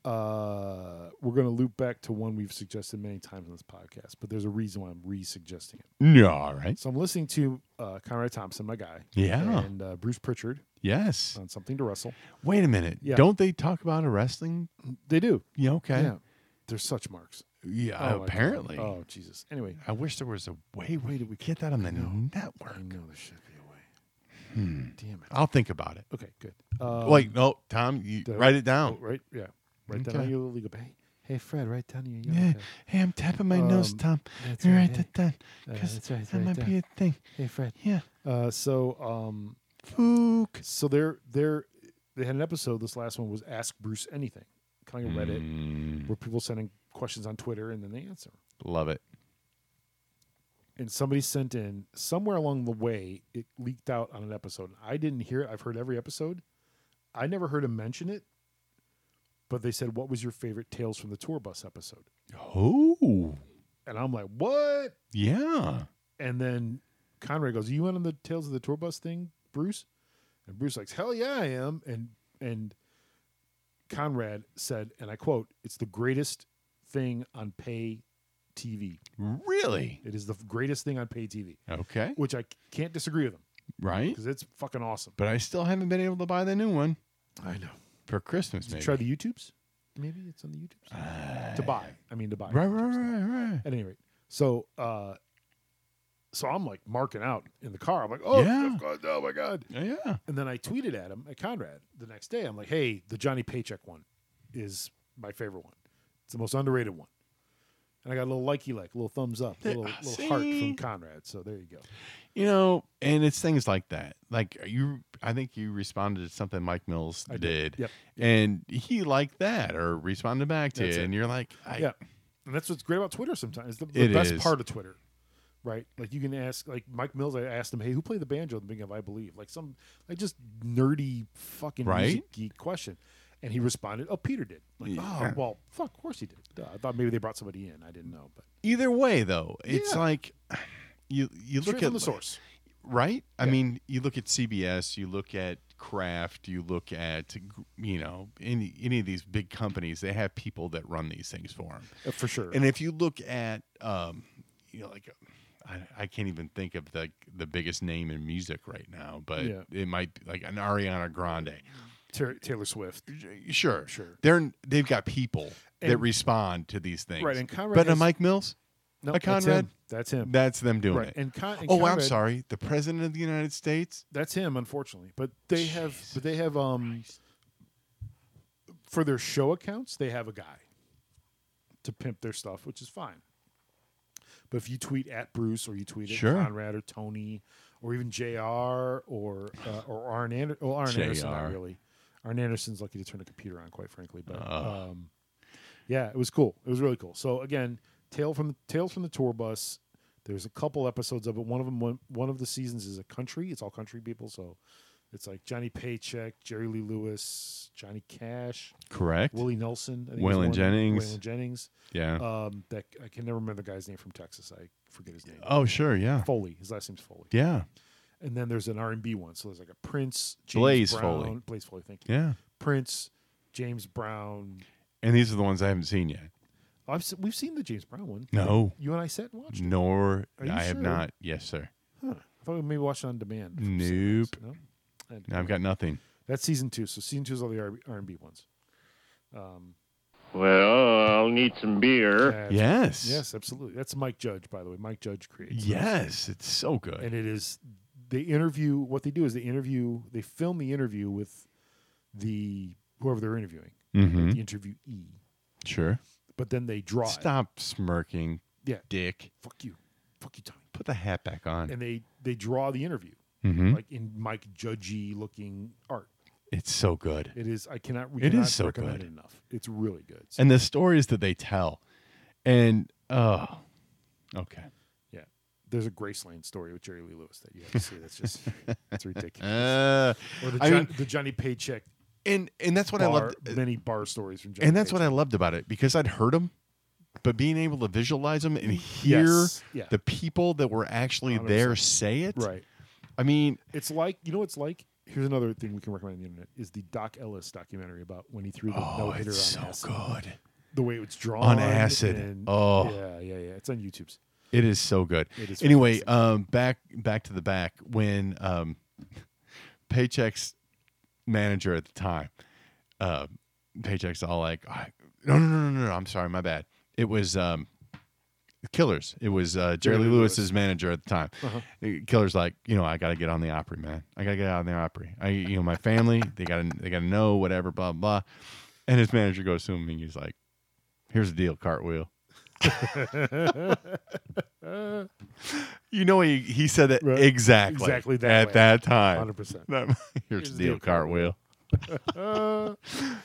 E: Uh, we're going to loop back to one we've suggested many times on this podcast, but there's a reason why I'm re-suggesting it.
D: No, all right.
E: So I'm listening to uh, Conrad Thompson, my guy,
D: Yeah.
E: and uh, Bruce Pritchard
D: Yes.
E: on Something to Wrestle.
D: Wait a minute.
E: Uh, Yeah.
D: Don't they talk about a wrestling?
E: They do.
D: Yeah. Okay.
E: Yeah, they're such marks.
D: Yeah,
E: Oh, my God.
D: apparently.
E: Oh Jesus. Anyway,
D: I wish there was a way. Way did we get that on the network?
E: I know there should be a way. Damn it.
D: I'll think about it.
E: Okay, good. Uh,
D: Wait, no, Tom, you
E: the-
D: write it down.
E: Oh, right, yeah, write down
D: Okay.
E: on your legal. Hey, hey, Fred, write down your. yoga
D: Yeah.
E: pad.
D: Hey, I'm tapping my nose,
E: Um,
D: Tom.
E: that's
D: You
E: right,
D: write
E: hey.
D: that down
E: Uh,
D: because
E: that's right, it's
D: that
E: right
D: might
E: down.
D: be a thing.
E: Hey, Fred.
D: Yeah.
E: Uh, so, um,
D: Fook.
E: so they're they're they had an episode. This last one was Ask Bruce Anything, kind of Reddit, where people sending questions on Twitter and then they answer.
D: Love it.
E: And somebody sent in somewhere along the way, it leaked out on an episode. I didn't hear it. I've heard every episode. I never heard him mention it, but they said, "What was your favorite Tales from the Tour Bus episode?"
D: Oh,
E: And I'm like, "What?"
D: yeah.
E: And then Conrad goes, "You went on the Tales of the Tour Bus thing, Bruce?" And Bruce likes, "Hell yeah, I am." And and Conrad said, and I quote, "It's the greatest thing on pay TV.
D: Really?
E: It is the greatest thing on pay TV."
D: Okay.
E: Which I can't disagree with him
D: Right.
E: because it's fucking awesome.
D: But I still haven't been able to buy the new one
E: I know.
D: for Christmas.
E: Did you
D: Maybe.
E: try the YouTubes? Maybe it's on the YouTubes to buy. I mean to buy.
D: Uh, right,
E: YouTubes.
D: right, right, right.
E: At any rate, so uh, so I'm like marking out in the car. I'm like, oh,
D: Yeah.
E: oh, God, oh my god.
D: Yeah.
E: And then I tweeted at him at Conrad the next day. I'm like, hey, the Johnny Paycheck one is my favorite one. It's the most underrated one. And I got a little likey like, a little thumbs up, a little,
D: Ah,
E: little heart
D: see?
E: from Conrad. So there you go.
D: You know, and it's things like that. Like you, I think you responded to something Mike Mills
E: I
D: did,
E: did. Yep.
D: and he liked that or responded back to
E: That's
D: you,
E: it.
D: and you're like, I,
E: yeah. And that's what's great about Twitter sometimes. The, the
D: It
E: best
D: is.
E: part of Twitter. Right? Like you can ask like Mike Mills, I asked him, Hey, who played the banjo at the beginning of I Believe? Like some like just nerdy fucking
D: Right?
E: music geek question. And he responded, Oh, Peter did. Like, oh well, fuck, of course he did. Duh. I thought maybe they brought somebody in. I didn't know, but
D: Either way, though, it's
E: Yeah.
D: like you you
E: Straight
D: look
E: from
D: at
E: the source.
D: right? I mean, you look at CBS, you look at Kraft, you look at you know any any of these big companies. They have people that run these things for them.
E: Uh, for sure.
D: And if you look at, um, you know, like I, I can't even think of the the biggest name in music right now, but
E: Yeah.
D: it might be like an Ariana Grande.
E: Ta- Taylor Swift.
D: Sure,
E: Sure.
D: They're they've got people that
E: And-
D: respond to these things,
E: Right, and Conrad
D: but a
E: has-
D: Mike Mills,
E: No,
D: a Conrad,
E: That's him.
D: that's them doing
E: right.
D: it.
E: And, Con- and
D: oh, I'm
E: Conrad-
D: sorry, the president of the United States.
E: That's him, unfortunately. But they have, but they have, um, for their show accounts, they have a guy to pimp their stuff, which is fine. But if you tweet at Bruce or you tweet at
D: Sure.
E: Conrad or Tony or even Jr. or uh, or Arn Anderson, well, Arn Anderson, not
D: JR.
E: really. Arn Anderson's lucky to turn the computer on, quite frankly. But
D: Uh.
E: um, yeah, it was cool. It was really cool. So again, Tale from the Tales from the Tour Bus. There's a couple episodes of it. One of them, one, one of the seasons is a country. It's all country people, so it's like Johnny Paycheck, Jerry Lee Lewis, Johnny Cash,
D: Correct.
E: Willie Nelson, I think was
D: Waylon
E: one.
D: Jennings.
E: Waylon Jennings.
D: yeah.
E: Um, that I can never remember the guy's name from Texas. I forget his name.
D: oh, sure. Yeah.
E: Foley. His last name's Foley.
D: Yeah.
E: And then there's an R and B one. So there's like a Prince, James
D: Blaze
E: Brown,
D: Foley.
E: Blaze Foley. Thank you.
D: Yeah.
E: Prince, James Brown. Oh,
D: And these are the ones I haven't seen yet.
E: I've se- we've seen the James Brown one.
D: No.
E: You and I sat and watched. it.
D: Nor
E: Are you
D: I have
E: sure?
D: not. Yes, sir.
E: Huh. I thought we maybe watched it on demand. from
D: Nope.
E: somewhere else. No? I had to
D: I've
E: go back.
D: got nothing.
E: that's season two. So season two is all the R and B ones. Um,
F: Well, I'll need some beer.
E: That's-
D: Yes.
E: Yes, absolutely. That's Mike Judge, by the way. Mike Judge creates. those.
D: Yes, it's so good.
E: and it is they interview what they do is they interview they film the interview with the whoever they're interviewing
D: Mm-hmm.
E: the interviewee
D: Sure.
E: but then they draw it.
D: Stop smirking,
E: yeah
D: dick.
E: fuck you fuck you Tommy
D: Put the hat back on.
E: and they they draw the interview
D: hmm
E: like in Mike Judgey looking art
D: It's so good.
E: it is I cannot we
D: It is
E: cannot
D: so
E: recommend
D: good.
E: it enough it's really good
D: And the stories that they tell. And oh, okay.
E: yeah there's a Graceland story with Jerry Lee Lewis that you have to see that's just that's ridiculous
D: Uh,
E: or the,
D: I
E: John,
D: mean-
E: the Johnny Paycheck
D: and and that's what I
E: bar,
D: loved. uh,
E: many bar stories from Johnny
D: And that's what I
E: Paycheck.
D: loved about it because I'd heard them, but being able to visualize them and hear
E: Yes, yeah.
D: the people that were actually there
E: 100%.
D: say it.
E: right
D: I mean,
E: It's like you know what it's like. Here's another thing we can recommend on the internet is the Doc Ellis documentary about when he threw the no
D: oh,
E: hitter on
D: it's so
E: acid.
D: good.
E: The way it was drawn
D: acid.
E: and-
D: Oh.
E: yeah, yeah, yeah. It's on YouTube's.
D: It is so good.
E: It is
D: anyway, um, back back to the back when um, Paycheck's manager at the time, uh, Paycheck's all like, I, "No, no, no, no, no! I'm sorry, my bad. It was um, Killers. It was uh, Jerry Lee
E: Jerry Lewis. Uh-huh.
D: Lewis's manager at the time. Uh, Killers like, you know, I got to get on the Opry, man. I got to get out on the Opry. I, you know, my family, they got to, they got to know whatever, blah blah." And his manager goes to him and he's like, "Here's the deal, Cartwheel." You know, he, he said that
E: Right.
D: exactly,
E: Exactly that
D: at
E: way.
D: that time.
E: Hundred percent.
D: That- Here's the deal, cartwheel. Uh,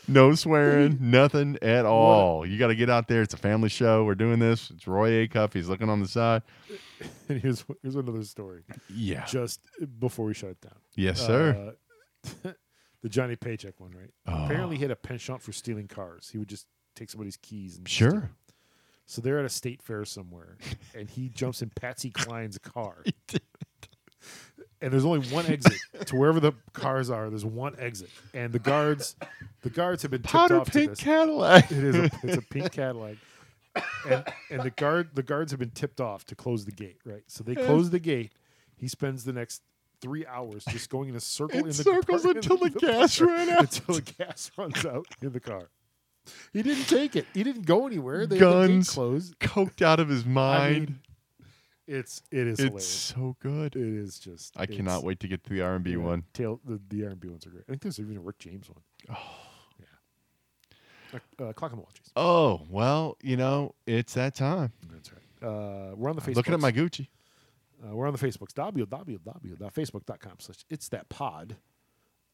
D: no swearing, nothing at all. You got to get out there. It's a family show. We're doing this. It's Roy Acuff. He's looking on the side.
E: And here's here's another story.
D: Yeah.
E: Just before we shut it down.
D: yes, sir.
E: Uh, the Johnny Paycheck one, right?
D: Oh.
E: Apparently, he had a penchant for stealing cars. He would just take somebody's keys and steal
D: sure.
E: So they're at a state fair somewhere, and he jumps in Patsy Cline's car. And there's only one exit to wherever the cars are. There's one exit, and the guards, the guards have been tipped
D: Powder
E: off
D: pink
E: to this.
D: Cadillac.
E: it is a, it's a pink Cadillac, and, and the guard the guards have been tipped off to close the gate. Right, so they close the gate. He spends the next three hours just going in a circle in
D: It
E: the
D: circles
E: compartment
D: until
E: of
D: the gas
E: car-
D: ran out.
E: until the gas runs out in the car. He didn't take it. He didn't go anywhere. They had the gate
D: Guns.
E: closed.
D: Coked out of his
E: I
D: mind.
E: mean, it's it is
D: it's
E: hilarious.
D: so good.
E: It is just.
D: I cannot wait to get to the R&B one.
E: Tail the, the R&B ones are great. I think there's even a Rick James one. Oh yeah. Uh, uh, Clock and Watches.
D: Oh, well, you know, it's that time.
E: That's right. Uh, we're on the
D: I'm
E: Facebook.
D: Looking at my Gucci.
E: Uh, we're on the Facebooks. www.facebook.com slash it's that pod.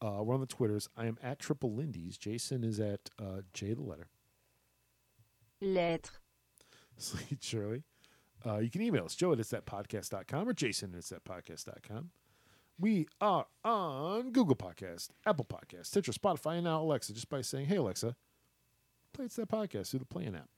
E: Uh, we're on the Twitters. I am at Triple Lindy's. Jason is at uh, J the letter.
I: Lettre.
E: Sweet Shirley. Uh, you can email us, joe at itsthatpodcast.com or jason at itsthatpodcast.com. We are on Google Podcast, Apple Podcast, Stitcher, Spotify, and now Alexa just by saying, hey, Alexa, play It's That Podcast through the playing app.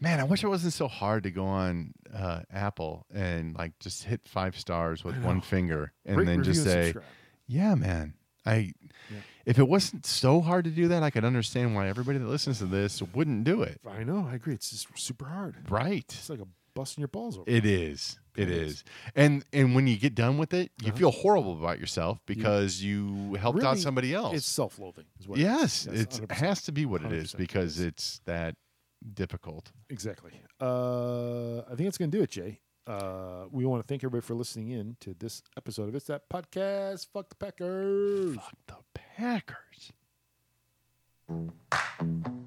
D: Man, I wish it wasn't so hard to go on uh, Apple and like just hit five stars with one finger and
E: Rate,
D: then
E: review,
D: just
E: and
D: say,
E: subscribe.
D: "Yeah, man." I
E: Yeah.
D: if it wasn't so hard to do that, I could understand why everybody that listens to this wouldn't do it.
E: I know, I agree. It's just super hard.
D: Right?
E: It's like a busting your balls over.
D: It is. It
E: It is.
D: is. And and when you get done with it, you
E: Uh-huh.
D: feel horrible about yourself because you helped out
E: Really,
D: somebody else.
E: It's self loathing. is what it is.
D: yes,
E: Yes,
D: it
E: 100%.
D: has to be what it is
E: 100% it
D: because
E: is.
D: it's that difficult.
E: Exactly. Uh, I think that's going to do it, Jay. Uh, we want to thank everybody for listening in to this episode of It's That Podcast. Fuck the Packers.
D: Fuck the Packers.